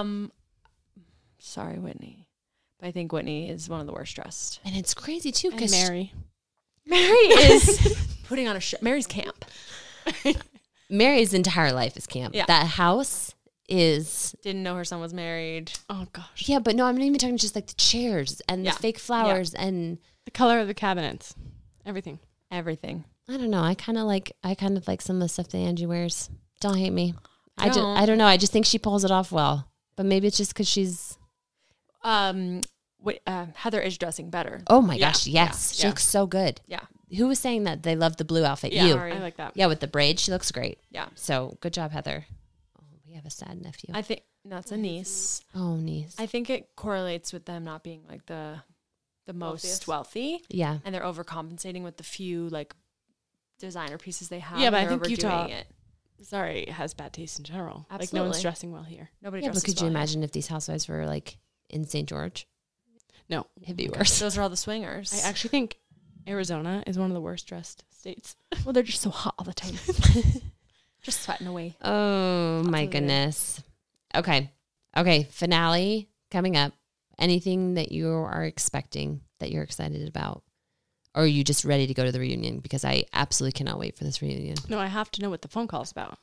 S3: Um, sorry, Whitney, but I think Whitney is one of the worst dressed.
S1: And it's crazy too
S2: And
S1: because
S2: Mary.
S3: Mary is putting on a show. Mary's camp
S1: Mary's entire life is camp.
S3: Yeah.
S1: That house is
S3: didn't know her son was married.
S2: Oh gosh.
S1: yeah, but no, I'm not even talking just like the chairs and
S3: Yeah.
S1: the fake flowers and
S2: The color of the cabinets. Everything.
S3: Everything.
S1: I don't know. I kind of like I kind of like some of the stuff that Angie wears. Don't hate me. I just
S3: Don't.
S1: I don't know. I just think she pulls it off well. But maybe it's just because she's
S3: Um, Whit- uh, Heather is dressing better.
S1: oh my
S2: Yeah.
S1: gosh yes she
S2: Yeah.
S1: looks so good.
S3: Yeah,
S1: Who was saying that they love the blue outfit?
S2: Yeah.
S1: you
S2: I like that.
S1: yeah with the braid she looks great.
S3: yeah.
S1: So good job Heather. Oh, we have a sad nephew.
S3: I think that's a niece.
S1: oh niece.
S3: I think it correlates with them not being like the the most
S2: Wealthiest.
S3: wealthy,
S1: yeah.
S3: and they're overcompensating with the few like designer pieces they have.
S2: Yeah, but
S3: and
S2: I
S3: they're
S2: think Utah-
S3: overdoing it.
S2: Sorry, it has bad taste in general. Like no
S3: Absolutely.
S2: one's dressing well here.
S3: Nobody
S1: Yeah, but
S3: dresses
S1: could you
S3: well.
S1: imagine if these housewives were like in St. George?
S2: No.
S1: It'd
S3: Oh
S1: be worse.
S3: Those are all the swingers.
S2: I actually think Arizona is one of the worst dressed states.
S3: well, they're just so hot all the time, just sweating away.
S1: Oh my
S3: Absolutely.
S1: goodness. Okay. Okay. Finale coming up. Anything that you are expecting that you're excited about? Or are you just ready to go to the reunion? Because I absolutely cannot wait for this reunion.
S2: No, I have to know what the phone call's about.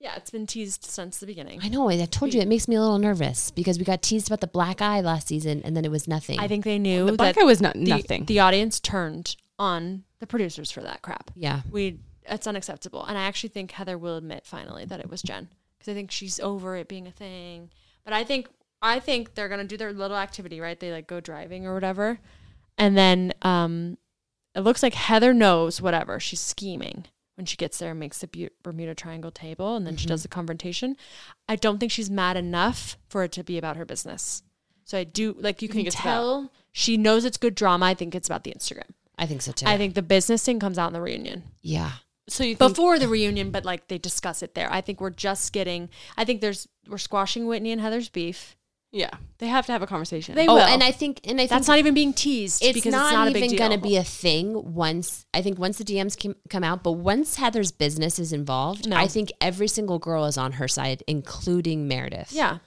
S3: Yeah, it's been teased since the beginning.
S1: I know. I told you it makes me a little nervous because we got teased about the black eye last season and then it was nothing.
S3: I think they knew
S2: The
S3: that
S2: Buckeye was not
S3: the,
S2: nothing.
S3: the audience turned on the producers for that crap.
S1: yeah.
S3: we it's unacceptable and i actually think heather will admit finally that it was jen because i think she's over it being a thing but i think i think they're gonna do their little activity right they like go driving or whatever and then um it looks like heather knows whatever she's scheming when when she gets there and makes the Bu- Bermuda Triangle table and then she
S2: Mm-hmm.
S3: does the confrontation. I don't think she's mad enough for it to be about her business. So I do like you,
S2: think
S3: can
S2: it's about-
S3: tell she knows it's good drama. I think it's about the Instagram.
S1: I think so too.
S3: I think the business thing comes out in the reunion.
S1: yeah.
S2: So you think
S3: Before the reunion, but like they discuss it there. I think we're just getting I think there's we're squashing Whitney and Heather's beef.
S2: yeah, they have to have a conversation.
S3: They
S1: Oh,
S3: will.
S1: and I think and I think
S3: That's not even being teased
S1: it's
S3: because
S1: not,
S3: it's not a big
S1: even
S3: deal.
S1: going to be a thing once I think once the DMs came, come out, but once Heather's business is involved,
S3: No.
S1: I think every single girl is on her side, including Meredith.
S3: Yeah.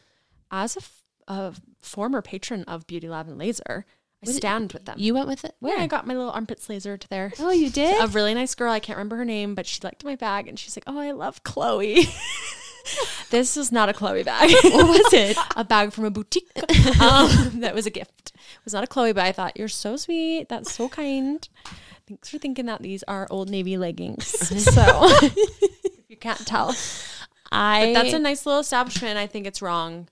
S3: As a, f- a former patron of Beauty Lab and Laser, I stand with them.
S1: you went with it.
S3: Where I got my little armpits lasered there.
S1: Oh, you did.
S3: A really nice girl. I can't remember her name, but she liked my bag and she's like, Oh, I love Chloe. this is not a Chloe bag. what was it? a bag from a boutique. Um, that was a gift. It was not a Chloe, but I thought, You're so sweet. That's so kind. Thanks for thinking that these are old Navy leggings. so if you can't tell,
S1: I.
S3: but that's a nice little establishment. I think it's wrong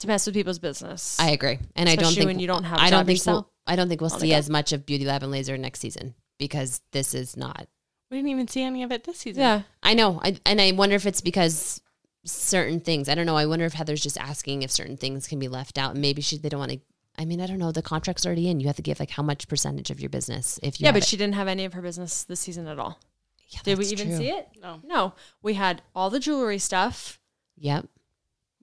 S3: to mess with people's business.
S1: I agree, and I don't
S3: Especially
S1: think
S3: when you don't have a
S1: I
S3: job
S1: don't think
S3: yourself.
S1: we'll, I don't think we'll see as much of Beauty Lab and Laser next season because this is not.
S2: we didn't even see any of it this season.
S3: yeah.
S1: I know, I, and I wonder if it's because certain things. I don't know. I wonder if Heather's just asking if certain things can be left out. Maybe she they don't want to. I mean, I don't know. The contract's already in. You have to give like how much percentage of your business if you.
S3: Yeah,
S1: have
S3: but
S1: it.
S3: she didn't have any of her business this season at all.
S1: Yeah,
S3: Did we
S1: that's
S3: even
S1: true.
S3: see it?
S2: No.
S3: No. We had all the jewelry stuff.
S1: Yep.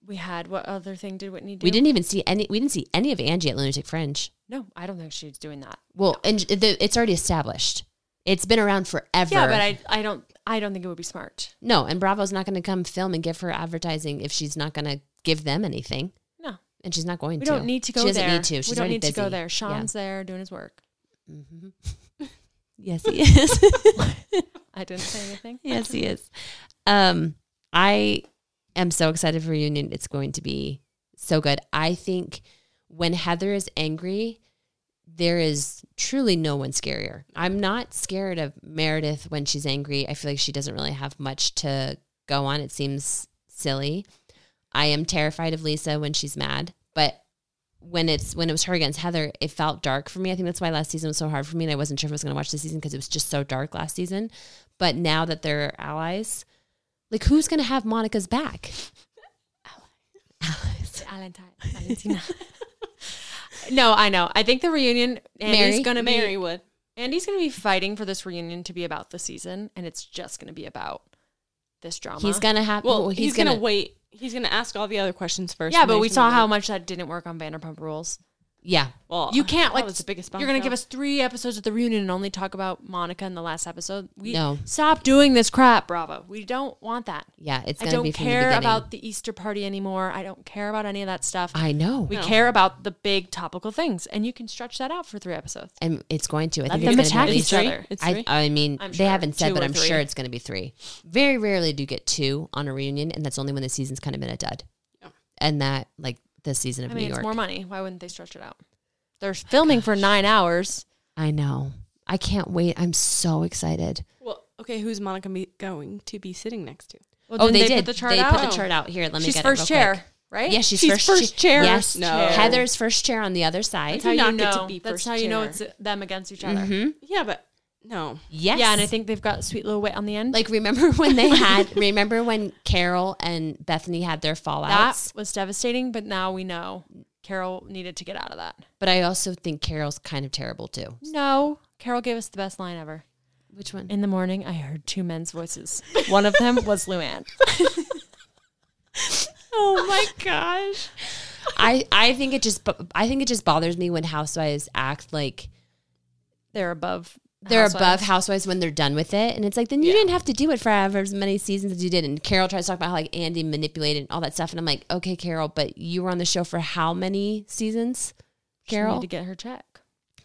S3: We had what other thing did Whitney do?
S1: We didn't even see any. We didn't see any of Angie at Lunatic Fringe.
S3: No, I don't think she's doing that.
S1: Well, and the, it's already established. It's been around forever.
S3: Yeah, but I, I don't I don't think it would be smart.
S1: no. And Bravo's not going to come film and give her advertising if she's not going to give them anything,
S3: No,
S1: and she's not going
S3: we
S1: to.
S3: don't need to go
S1: She doesn't
S3: there.
S1: need to. She's
S3: we don't
S1: already
S3: need to go
S1: busy.
S3: there.
S1: Yeah.
S3: Sean's there doing his work.
S1: Mm-hmm. Yes, he is.
S3: I didn't say anything.
S1: yes, he is. Um, I am so excited for reunion. It's going to be so good. I think when Heather is angry, there is truly no one scarier. I'm not scared of Meredith when she's angry. I feel like she doesn't really have much to go on. It seems silly. I am terrified of Lisa when she's mad, but when it's when it was her against Heather, it felt dark for me. I think that's why last season was so hard for me, and I wasn't sure if I was going to watch this season because it was just so dark last season. But now that they're allies, like who's going to have Monica's back?
S3: It's Valentine- Valentina. no, I know. I think the reunion Andy's
S1: Mary?
S3: gonna be
S2: Mary would.
S3: Andy's going to be fighting for this reunion to be about the season, and it's just going to be about this drama.
S1: He's going to have.
S2: Well, he's, gonna, wait. He's gonna ask all the other questions first.
S3: yeah,
S2: and
S3: but
S2: then
S3: we
S2: he's
S3: saw
S2: gonna
S3: how
S2: be-
S3: much that didn't work on Vanderpump Rules.
S1: Yeah,
S2: Well,
S3: You can't
S2: that
S3: like
S2: was the biggest.
S3: You're going to
S2: bombshell.
S3: give us three episodes of the reunion and only talk about Monica in the last episode. We
S1: No.
S3: stop doing this crap, Bravo. We don't want that.
S1: yeah. It's
S3: I
S1: going to be
S3: don't
S1: from
S3: care
S1: the beginning.
S3: about the Easter party anymore. I don't care about any of that stuff.
S1: I know,
S3: we care about the big topical things, and you can stretch that out for three episodes.
S1: and it's going to. I think
S3: them
S1: it's going
S3: attack
S1: to be
S3: each
S1: three.
S3: other.
S2: It's
S1: I,
S2: three.
S1: I mean,
S3: I'm
S1: they
S3: sure.
S1: haven't said,
S3: Two
S1: but
S3: or
S1: I'm
S3: three.
S1: sure it's going to be three. Very rarely do you get two on a reunion, and that's only when the season's kind of been a dud.
S2: Yeah.
S1: And that, like, the season of
S3: I mean,
S1: New
S3: it's
S1: York.
S3: more money. Why wouldn't they stretch it out? They're filming for nine hours.
S1: I know. I can't wait. I'm so excited.
S2: Well, okay, who's Monica be- going to be sitting next to?
S3: Well,
S1: oh,
S3: didn't
S1: they, did.
S3: Put the chart
S1: they
S3: out.
S1: put the chart out. Here, let me
S3: She's
S1: get
S3: first
S1: it real
S3: chair,
S1: quick.
S3: right?
S1: Yeah, she's,
S2: She's
S1: first,
S2: first chair.
S1: Yes.
S2: No.
S1: Heather's first chair on the other side.
S2: That's how you
S3: You
S2: not get
S3: know.
S2: to be
S3: That's
S2: first
S3: how you know
S2: chair.
S3: it's them against each
S1: Mm-hmm.
S3: other.
S2: Yeah, but no.
S1: Yes.
S3: Yeah, and I think they've got sweet little wit on the end.
S1: like remember when they had remember when Carol and Bethany had their
S3: that
S1: fallouts.
S3: was devastating, but now we know Carol needed to get out of that.
S1: but I also think Carol's kind of terrible too.
S3: No, Carol gave us the best line ever.
S1: Which one?
S3: In the morning, I heard two men's voices. One of them was Luann.
S2: Oh my gosh.
S1: I I think it just bo- I think it just bothers me when housewives act like
S3: They're above.
S1: they're above
S3: housewives.
S1: housewives when they're done with it, and it's like then you
S2: Yeah.
S1: didn't have to do it for however many seasons as you did. And Carol tries to talk about how like Andy manipulated and all that stuff, and I'm like, okay, Carol, but you were on the show for how many seasons?
S3: She needed
S1: Carol,
S3: to get her check.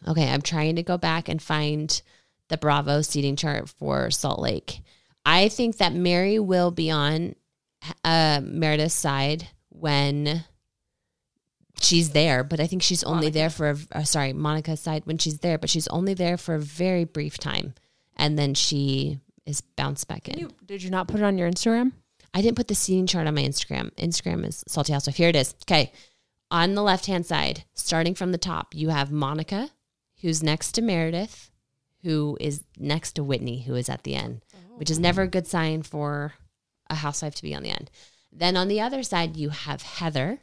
S1: Okay, I'm trying to go back and find the Bravo seating chart for Salt Lake. I think that Mary will be on uh, Meredith's side when she's there, but I think she's only there for a, uh, sorry Monica's side when she's there, but she's only there for a very brief time, and then she is bounced back in.
S3: You- Did you not put it on your Instagram?
S1: I didn't put the seating chart on my Instagram. Instagram is Salty Housewife. Here it is. Okay. On the left hand side, starting from the top, you have Monica, who's next to Meredith, who is next to Whitney, who is at the end. which is never a good sign for a housewife to be on the end. Then on the other side, you have Heather,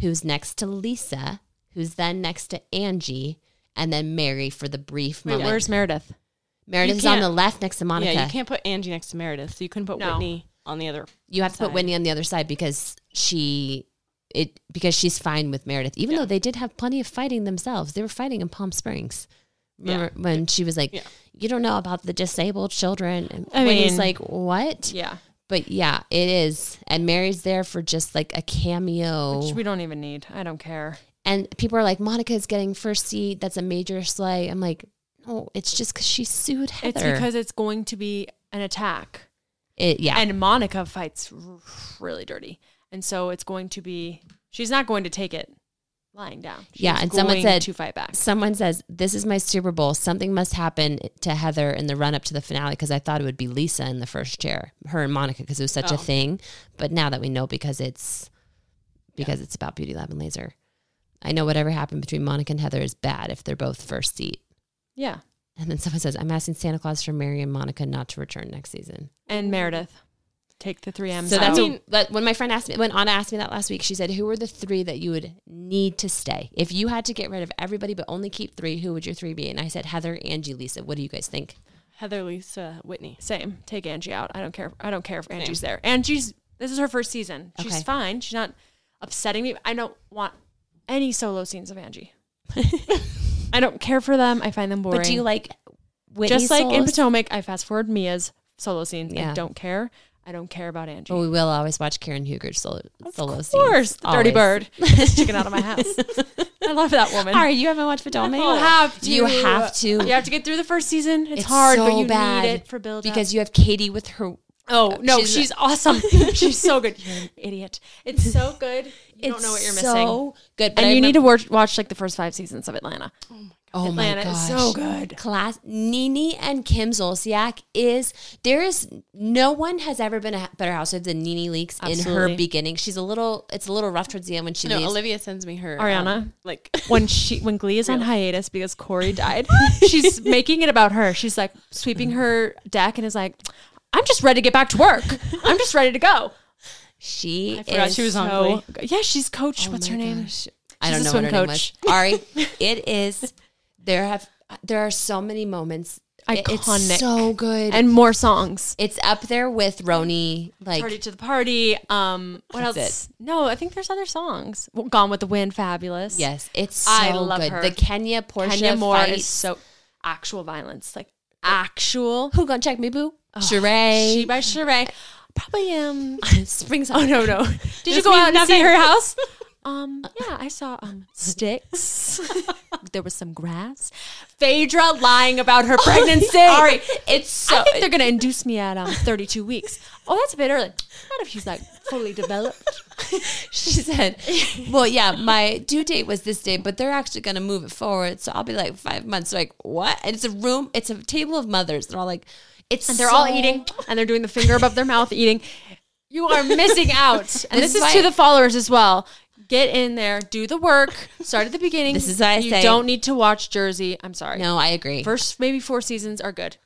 S1: who's next to Lisa, who's then next to Angie, and then Mary for the brief
S3: Wait,
S1: moment.
S3: where's Meredith?
S1: Meredith
S2: You
S1: is on
S2: can't-
S1: the left next to Monica.
S2: Yeah, you can't put Angie next to Meredith, so you couldn't put
S3: No.
S2: Whitney on the other.
S1: you have to put
S2: side.
S1: Whitney on the other side because she it because she's fine with Meredith, even though they did have plenty of fighting themselves. They were fighting in Palm Springs. Remember when she was like,
S2: Yeah.
S1: "You don't know about the disabled children," and
S3: I
S1: Whitney's
S3: mean-
S1: like, "What?"
S3: Yeah,
S1: But yeah, it is, and Mary's there for just like a cameo,
S3: which we don't even need. I don't care.
S1: and people are like, "Monica is getting first seat. That's a major slay." I'm like, "No, it's just because she sued Heather."
S3: It's because it's going to be an attack.
S1: it, yeah,
S3: And Monica fights r- really dirty. And so it's going to be, she's not going to take it lying down. She's
S1: Yeah, and someone
S3: going
S1: said-
S3: to fight back.
S1: Someone says, This is my Super Bowl. Something must happen to Heather in the run up to the finale because I thought it would be Lisa in the first chair, her and Monica, because it was such
S2: Oh.
S1: a thing. But now that we know because it's because it's about Beauty Lab and Laser. I know whatever happened between Monica and Heather is bad if they're both first seat.
S3: Yeah.
S1: And then someone says, I'm asking Santa Claus for Mary and Monica not to return next season.
S3: And Meredith, take the three M's.
S1: So that's
S2: I
S1: what
S2: mean-
S1: that- when my friend asked me when Anna asked me that last week. She said, "Who are the three that you would need to stay if you had to get rid of everybody but only keep three? Who would your three be?" And I said, "Heather, Angie, Lisa. What do you guys think?"
S2: Heather, Lisa, Whitney.
S3: same. Take Angie out. I don't care. I don't care if Angie's there. Angie's, this is her first season. She's
S1: Okay.
S3: fine. She's not upsetting me. I don't want any solo scenes of Angie. I don't care for them. I find them boring.
S1: But do you like Whitney?
S3: Just like in
S1: solos?
S3: Potomac, I fast forward Mia's solo scenes.
S1: Yeah.
S3: I don't care. I don't care about Angie.
S1: But Oh, we will always watch Karen Huger's solo solo
S3: Of course, the dirty bird. This chicken out of my house. I love that woman.
S1: All right, you haven't watched Potomac.
S3: You have to.
S1: You have to.
S3: You have to get through the first season. Oh, It's, hard,
S1: so
S3: but you
S1: bad
S3: need it for build
S1: because you have Katie with her.
S3: oh no,
S1: she's-
S3: she's, awesome. she's so good. You're an idiot. It's so good. You don't know what you're missing.
S1: So good, but
S3: and
S1: I
S3: you need
S1: remember-
S3: to watch, watch like the first five seasons of Atlanta.
S1: Oh
S3: Atlanta
S1: my
S3: is
S1: gosh.
S3: so good.
S1: class Nini and Kim Zolciak is there is no one has ever been a better housewife than Nini Leaks in her
S3: Absolutely.
S1: beginning. She's a little it's a little rough towards the end when she
S2: No,
S1: leaves.
S2: Olivia sends me her um,
S3: Ariana?
S2: like
S3: When she when Glee is on hiatus because Corey died, she's making it about her. She's like sweeping her deck and is like, "I'm just ready to get back to work. I'm just ready to go."
S1: she
S2: forgot
S1: is
S2: she was on
S3: So-
S2: Glee.
S3: yeah, she's coach.
S1: Oh
S3: What's
S1: my
S3: her name?
S1: gosh. I
S3: She's
S1: don't
S3: a
S1: know what
S3: swim
S1: her name was.
S3: coach.
S1: Ari, it is there have there are so many moments It- It's
S3: Iconic.
S1: so good. And
S3: And more songs.
S1: it's up there with Roni like
S3: Party to the party. Um, what
S1: That's
S3: else? No, I think there's other songs. Well, Gone with the Wind, fabulous.
S1: yes, it's so
S3: I love
S1: good.
S3: her.
S1: The Kenya Portia
S3: Kenya Moore
S1: fight.
S3: is so actual violence, like actual.
S1: Who gonna check me boo?
S3: She
S1: Sheree.
S3: by Sheree. Probably um.
S1: Springs
S3: Oh no no. Did you go out and see her house? Um, yeah, I saw um sticks. there was some grass. Phaedra lying about her pregnancy.
S1: Ari, it's so
S3: I think they're gonna induce me at um 32 weeks. Oh, that's a bit early. Not if she's like fully developed.
S1: she said, "Well, yeah, my due date was this day, but they're actually going to move it forward, so I'll be like five months." Like what? And it's a room. It's a table of mothers. They're all like, "It's."
S3: And they're all
S1: so-
S3: eating, and they're doing the finger above their mouth eating. You are missing out. And
S1: This is
S3: this, is,
S1: why-
S3: to the followers as well. Get in there, do the work, start at the beginning.
S1: This is why I
S3: you
S1: say-
S3: don't need to watch Jersey. I'm sorry.
S1: No, I agree.
S3: First maybe four seasons are good.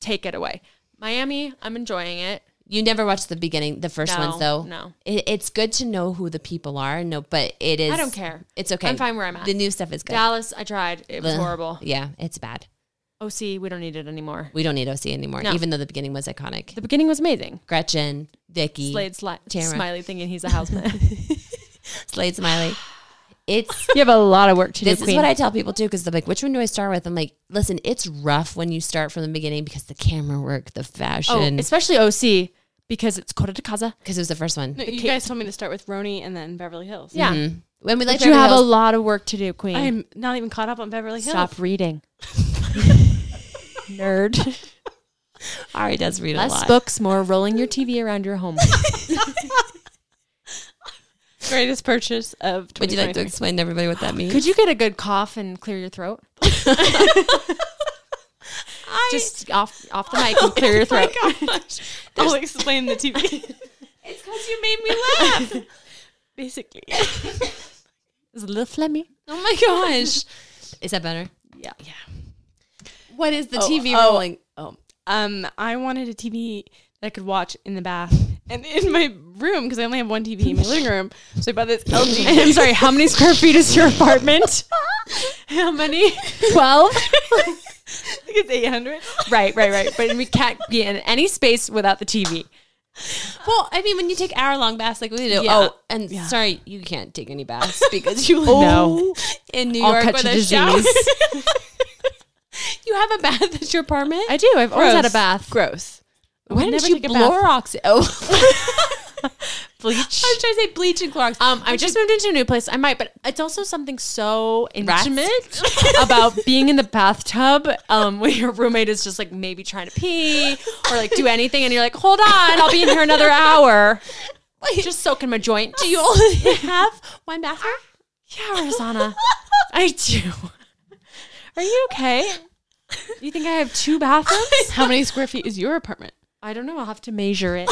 S3: Take it away. Miami, I'm enjoying it.
S1: you never watched the beginning, the first
S3: No,
S1: ones though.
S3: no.
S1: it, it's good to know who the people are. No, but it is.
S3: I don't care.
S1: It's okay.
S3: I'm fine where I'm at.
S1: The new stuff is good.
S3: Dallas, I tried. It was
S1: Ugh.
S3: horrible.
S1: Yeah, it's bad.
S3: OC, we don't need it anymore.
S1: We don't need OC anymore,
S3: No.
S1: even though the beginning was iconic.
S3: The beginning was amazing.
S1: Gretchen, Vicky,
S3: Slade
S1: Slade,
S3: sli-
S1: Tamara.
S3: smiley thinking he's a houseman.
S1: Smiley. It's
S3: you have a lot of work to
S1: This
S3: do.
S1: is what I tell people too, because they're like, which one do I start with? I'm like, listen, it's rough when you start from the beginning because the camera work, the fashion,
S3: Oh, especially OC because it's Kota de Casa.
S1: because it was the first one.
S2: No, you
S3: Kate-
S2: guys told me to start with Roni and then Beverly Hills.
S3: Yeah.
S1: Mhm. When we like
S3: But you have a
S1: Hills,
S3: lot of work to do, Queen.
S2: I'm not even caught up on Beverly Hills.
S3: Stop reading. Nerd.
S1: Ari does read a
S3: Less
S1: lot.
S3: books, more rolling your TV around your home.
S2: Greatest purchase of
S1: Would you like to
S2: 2023.
S1: explain to everybody what that means?
S3: Could you get a good cough and clear your throat? Just off off the mic and clear your throat.
S2: Oh I'll explain the TV.
S1: It's because you made me laugh.
S2: Basically,
S3: Is it a little phlegmy?
S1: oh my gosh, is that better?
S2: yeah, yeah.
S1: What is the
S2: Oh,
S1: TV
S2: oh.
S1: rolling?
S2: Um, Um, I wanted a TV that I could watch in the bath and in my room because I only have one TV in my living room. So I bought this LG.
S3: I'm sorry, how many square feet is your apartment? how many? 12?
S2: I think it's 800.
S3: right, right, right. But we can't be in any space without the TV.
S1: Well, I mean, when you take hour long baths like we do.
S3: Yeah.
S1: Oh, and sorry, you can't take any baths because you live
S2: Oh,
S3: No.
S1: in New
S3: I'll
S1: York
S3: catch
S1: with
S3: a
S1: a shower. you have a bath at your apartment.
S3: I do. I've always had a
S2: Gross.
S3: bath.
S2: Gross. I
S1: Why
S2: would
S1: didn't
S2: never
S1: you
S2: take a bath.
S1: Clorox it? Oh.
S3: Bleach.
S1: I was trying to say bleach and Clorox.
S3: Um, I just moved into a new place. I might, but it's also something so intimate about being in the bathtub um, when your roommate is just like maybe trying to pee or like do anything, and you're like, "Hold on, I'll be in here another hour." Just soaking my joint.
S1: do you only have one bathroom?
S3: Yeah, Rosanna, I do. Are you okay? You think I have two bathrooms?
S2: How many square feet is your apartment?
S3: I don't know. I'll have to measure it.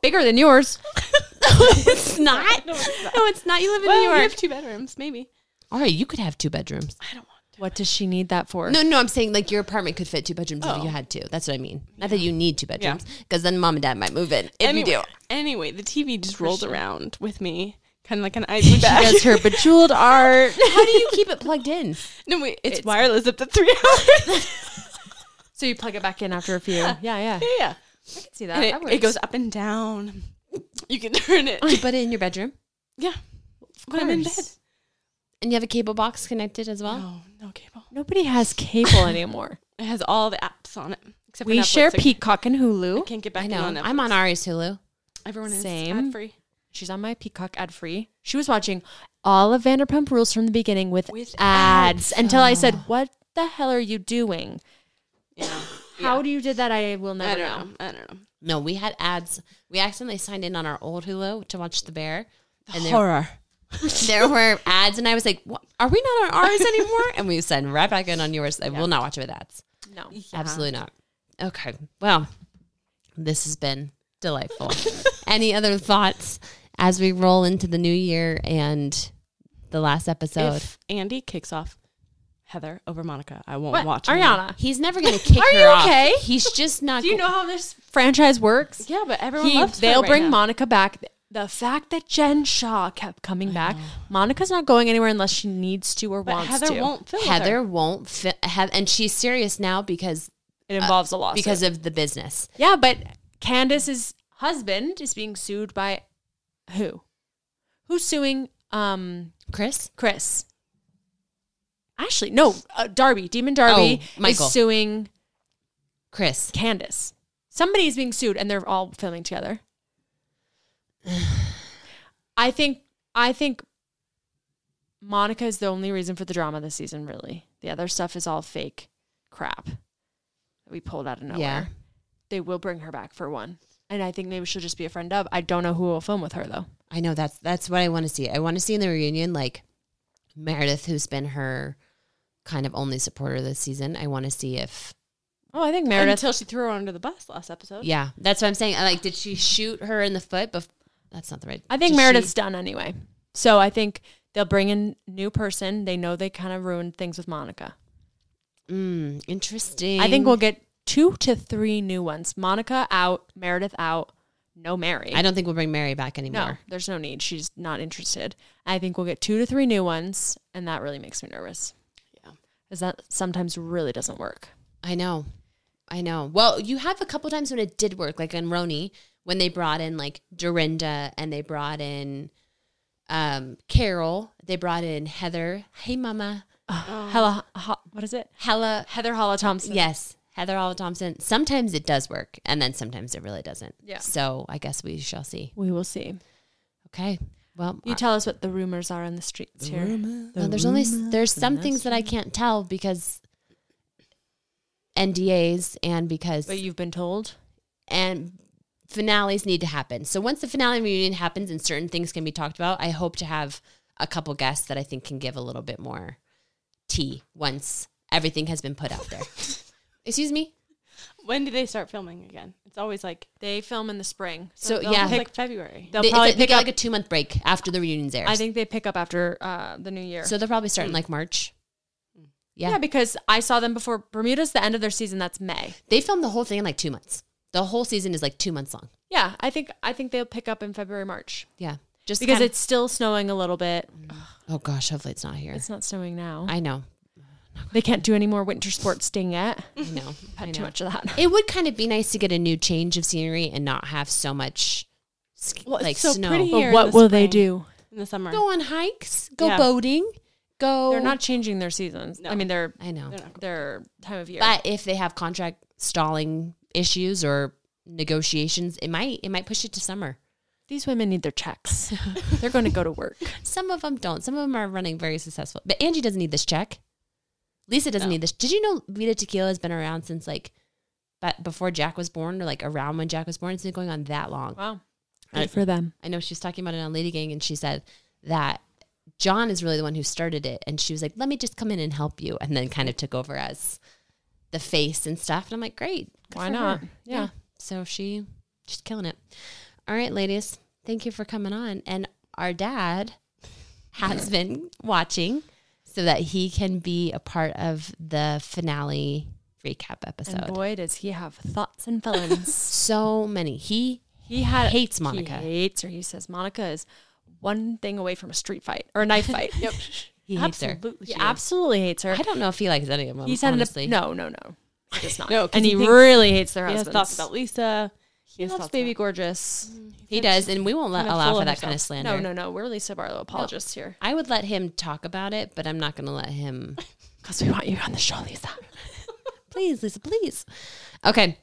S3: Bigger than yours.
S1: no, it's not. No, it's not. You live in
S2: Well,
S1: New
S2: you
S1: York.
S2: have two bedrooms, maybe.
S1: All right, you could have two bedrooms.
S2: I don't want.
S3: What does she need that for?
S1: No, no, I'm saying like your apartment could fit two bedrooms if
S2: Oh.
S1: you had two. That's what I mean. Not that you need two bedrooms, because then mom and dad might move in if you do.
S2: Anyway, the TV just rolled around with me, kind of like an IV bag.
S3: Does her bejeweled art.
S1: How do you keep it plugged in?
S2: No, wait, it's, wireless up to three hours.
S3: So you plug it back in after a few. Yeah, yeah.
S2: yeah, yeah.
S3: I can see that.
S2: And it, it goes up and down. You can turn it.
S1: You put it in your bedroom,
S2: Yeah, when I'm in bed.
S3: course.
S1: and you have a cable box connected as well.
S2: Oh no, cable.
S3: Nobody has cable anymore.
S2: It has all the apps on it. Except for
S3: we
S2: Netflix.
S3: share
S2: I
S3: Peacock and
S2: I
S3: Hulu.
S2: can't get back
S1: I
S2: in
S1: know.
S2: on Netflix.
S1: I'm on Ari's Hulu.
S2: Everyone is
S3: Same.
S2: ad free.
S3: She's on my Peacock ad free. She was watching all of Vanderpump Rules from the beginning with,
S2: With
S3: ads Ah. until I said, "What the hell are you doing?
S2: Yeah.
S3: How do you did that? I will
S2: I
S3: never
S2: don't
S3: know.
S2: know. I don't know.
S1: No, we had ads. We accidentally signed in on our old Hulu to watch The Bear. And there,
S2: Horror.
S1: there were ads, and I was like, what? "Are we not on ours anymore?" And we signed right back in on yours. I will not watch it with ads.
S3: No,
S1: Absolutely not. Okay. Well, this has been delightful. Any other thoughts as we roll into the new year and the last episode?
S2: If Andy kicks off Heather over Monica, I won't
S3: what?
S2: watch it.
S3: Ariana,
S1: He's never going to kick
S3: Are
S1: her
S3: you
S1: off.
S3: okay?
S1: He's just not.
S3: do you know how this franchise works?
S2: Yeah, but everyone
S3: He-
S2: loves her
S3: they'll
S2: right
S3: bring
S2: now.
S3: Monica back. The fact that Jen Shaw kept coming back, Monica's not going anywhere unless she needs to or
S2: But
S3: wants
S2: Heather
S3: to.
S2: won't fill with her.
S1: Heather won't fit, have, and she's serious now because
S3: It involves a lawsuit
S1: because of the business.
S3: Yeah, but Candace's husband is being sued by who? Who's suing um
S1: Chris,
S3: Chris? Ashley. No, uh, Darby. Demon Darby
S1: Oh, Michael.
S3: is suing
S1: Chris,
S3: Candace. Somebody is being sued and they're all filming together. I think I think Monica is the only reason for the drama this season really. The other stuff is all fake crap that we pulled out of nowhere
S1: yeah.
S3: they will bring her back for one. And I think maybe she'll just be a friend of. I don't know who will film with her though.
S1: I know that's that's what I want to see. I want to see in the reunion like Meredith, who's been her kind of only supporter this season. I want to see if
S3: Oh, I think Meredith.
S2: until she threw her under the bus last episode.
S1: yeah, that's what I'm saying. I, Like, did she shoot her in the foot? Bef- that's not the right.
S3: I think
S1: did she-
S3: Meredith's done anyway. So I think they'll bring in new person. They know they kind of ruined things with Monica.
S1: mm, interesting.
S3: I think we'll get two to three new ones. Monica out, Meredith out, no Mary.
S1: I don't think we'll bring Mary back anymore.
S3: no, there's no need. She's not interested. I think we'll get two to three new ones, and that really makes me nervous.
S2: Yeah.
S3: because that sometimes really doesn't work.
S1: I know. I know. Well, you have a couple times when it did work, like in Roni, when they brought in like Dorinda and they brought in um Carol, they brought in Heather. Hey mama.
S3: Hella, Uh, ho- what is it?
S1: Hella
S3: Heather Holla Thompson.
S1: Yes. Heather Olive Thompson. Sometimes it does work and then sometimes it really doesn't.
S3: Yeah.
S1: So I guess we shall see.
S3: We will see.
S1: Okay. Well, uh,
S3: You tell us what the rumors are on the streets here.
S1: well, there's only s- there's some things that I can't tell because NDAs and because
S3: But you've been told.
S1: and finales need to happen. So once the finale reunion happens and certain things can be talked about, I hope to have a couple guests that I think can give a little bit more tea once everything has been put out there. Excuse me?
S2: When do they start filming again? It's always like
S3: They film in the spring.
S1: So
S2: they'll-
S1: yeah,
S2: it's like February.
S3: They'll
S1: they,
S3: probably
S1: it's like- they
S3: pick
S1: get
S3: up.
S1: like a two month break after the reunions airs.
S3: I think they pick up after uh, the new year. Hmm.
S1: so they'll probably start in like March. Yeah.
S3: because I saw them before Bermuda's the end of their season. That's May.
S1: They filmed the whole thing in like two months. The whole season is like two months long.
S3: Yeah, I think I think they'll pick up in February March
S1: Yeah. Just
S3: because
S1: kinda-
S3: it's still snowing a little bit.
S1: oh gosh, hopefully it's not here.
S3: It's not snowing now.
S1: I know.
S3: they can't do any more winter sports ding yet.
S1: I know. I
S3: Had too
S1: know.
S3: much of that.
S1: It would kind of be nice to get a new change of scenery and not have so much sk-
S2: Well, it's
S1: like
S2: so
S1: snow.
S2: pretty here. in the spring, in the summer?
S1: Go on hikes, go
S2: Yeah.
S1: boating, go
S3: They're not changing their seasons. I
S2: No.
S3: mean, their
S1: I know.
S2: They're not-
S3: their time of year.
S1: But if they have contract stalling issues or negotiations, it might it might push it to summer.
S3: These women need their checks. They're going to go to work.
S1: Some of them don't. Some of them are running very successful. But Angie doesn't need this check. Lisa doesn't
S2: No.
S1: need this. Did you know Vita Tequila has been around since like but before Jack was born or like around when Jack was born? It's been going on that long.
S3: Wow.
S1: Good
S3: for them.
S1: I know she was talking about it on Lady Gang, and she said that John is really the one who started it, and she was like, "Let me just come in and help you," and then kind of took over as the face and stuff. And I'm like, "Great, good
S3: Why
S1: for
S3: not?
S1: her.
S3: Yeah.
S1: So she she's killing it. All right, ladies, thank you for coming on. And our dad has been watching so that he can be a part of the finale recap
S3: And
S1: episode.
S3: boy, does he have thoughts and feelings.
S1: So many. He
S3: he had
S1: hates
S3: he
S1: Monica.
S3: hates her. He says Monica is one thing away from a street fight or a knife fight. yep.
S1: He hates her.
S2: Absolutely.
S3: He
S2: she is.
S3: absolutely hates her.
S1: I don't know if he likes any of them.
S3: He's ended up
S1: Um, honestly.
S3: no, no, no. He does not.
S2: No, 'cause
S3: and
S2: he
S3: he,
S2: thinks-
S3: really hates their
S2: He has
S3: husbands. Mm.
S2: thoughts about Lisa.
S3: he
S2: has
S3: loves
S2: thoughts
S3: baby
S2: about-
S3: gorgeous.
S1: He does, and we won't let,
S2: kinda
S1: allow
S2: full
S1: for
S2: of
S1: that kind of
S2: herself.
S1: slander.
S3: No, no, no. We're Lisa Barlow apologists here
S1: I would let him talk about it, but I'm not going to let him.
S3: because we want you on the show, Lisa.
S1: please, Lisa, please. Okay,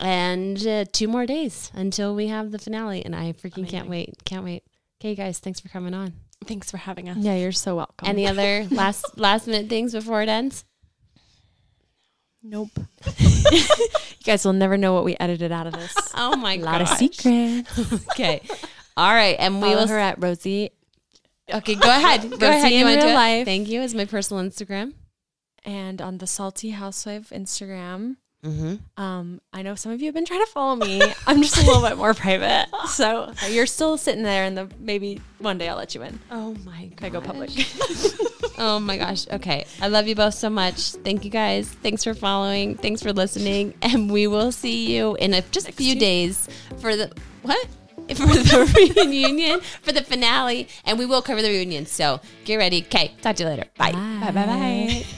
S1: and uh, two more days until we have the finale, and I freaking can't
S2: Amazing.
S1: wait. Can't wait. Okay, guys, thanks for coming on.
S2: Thanks for having us.
S3: Yeah, you're so welcome.
S1: Any other last last minute things before it ends?
S2: Nope.
S3: you guys will never know what we edited out of this.
S1: Oh my
S3: A
S1: god,
S3: lot of secrets.
S1: Okay, all right, and we
S3: Follow
S1: will.
S3: her at Rosie
S1: Okay, go ahead. Go ahead.
S3: in
S1: You want to
S3: real
S1: do it?
S3: life.
S1: Thank you. Is my personal Instagram.
S3: and on the Salty Housewife Instagram.
S1: Mm-hmm.
S3: Um, I know some of you have been trying to follow me. I'm just a little bit more private, so you're still sitting there, and the maybe one day I'll let you in.
S1: Oh my god.
S3: I go public.
S1: Oh my gosh. Okay. I love you both so much. Thank you guys. Thanks for following. Thanks for listening. And we will see you in a, just a few
S3: year.
S1: days for the what? For the reunion, for the finale. And we will cover the reunion. So get ready. Okay. Talk to you later. Bye.
S3: Bye.
S1: Bye bye bye.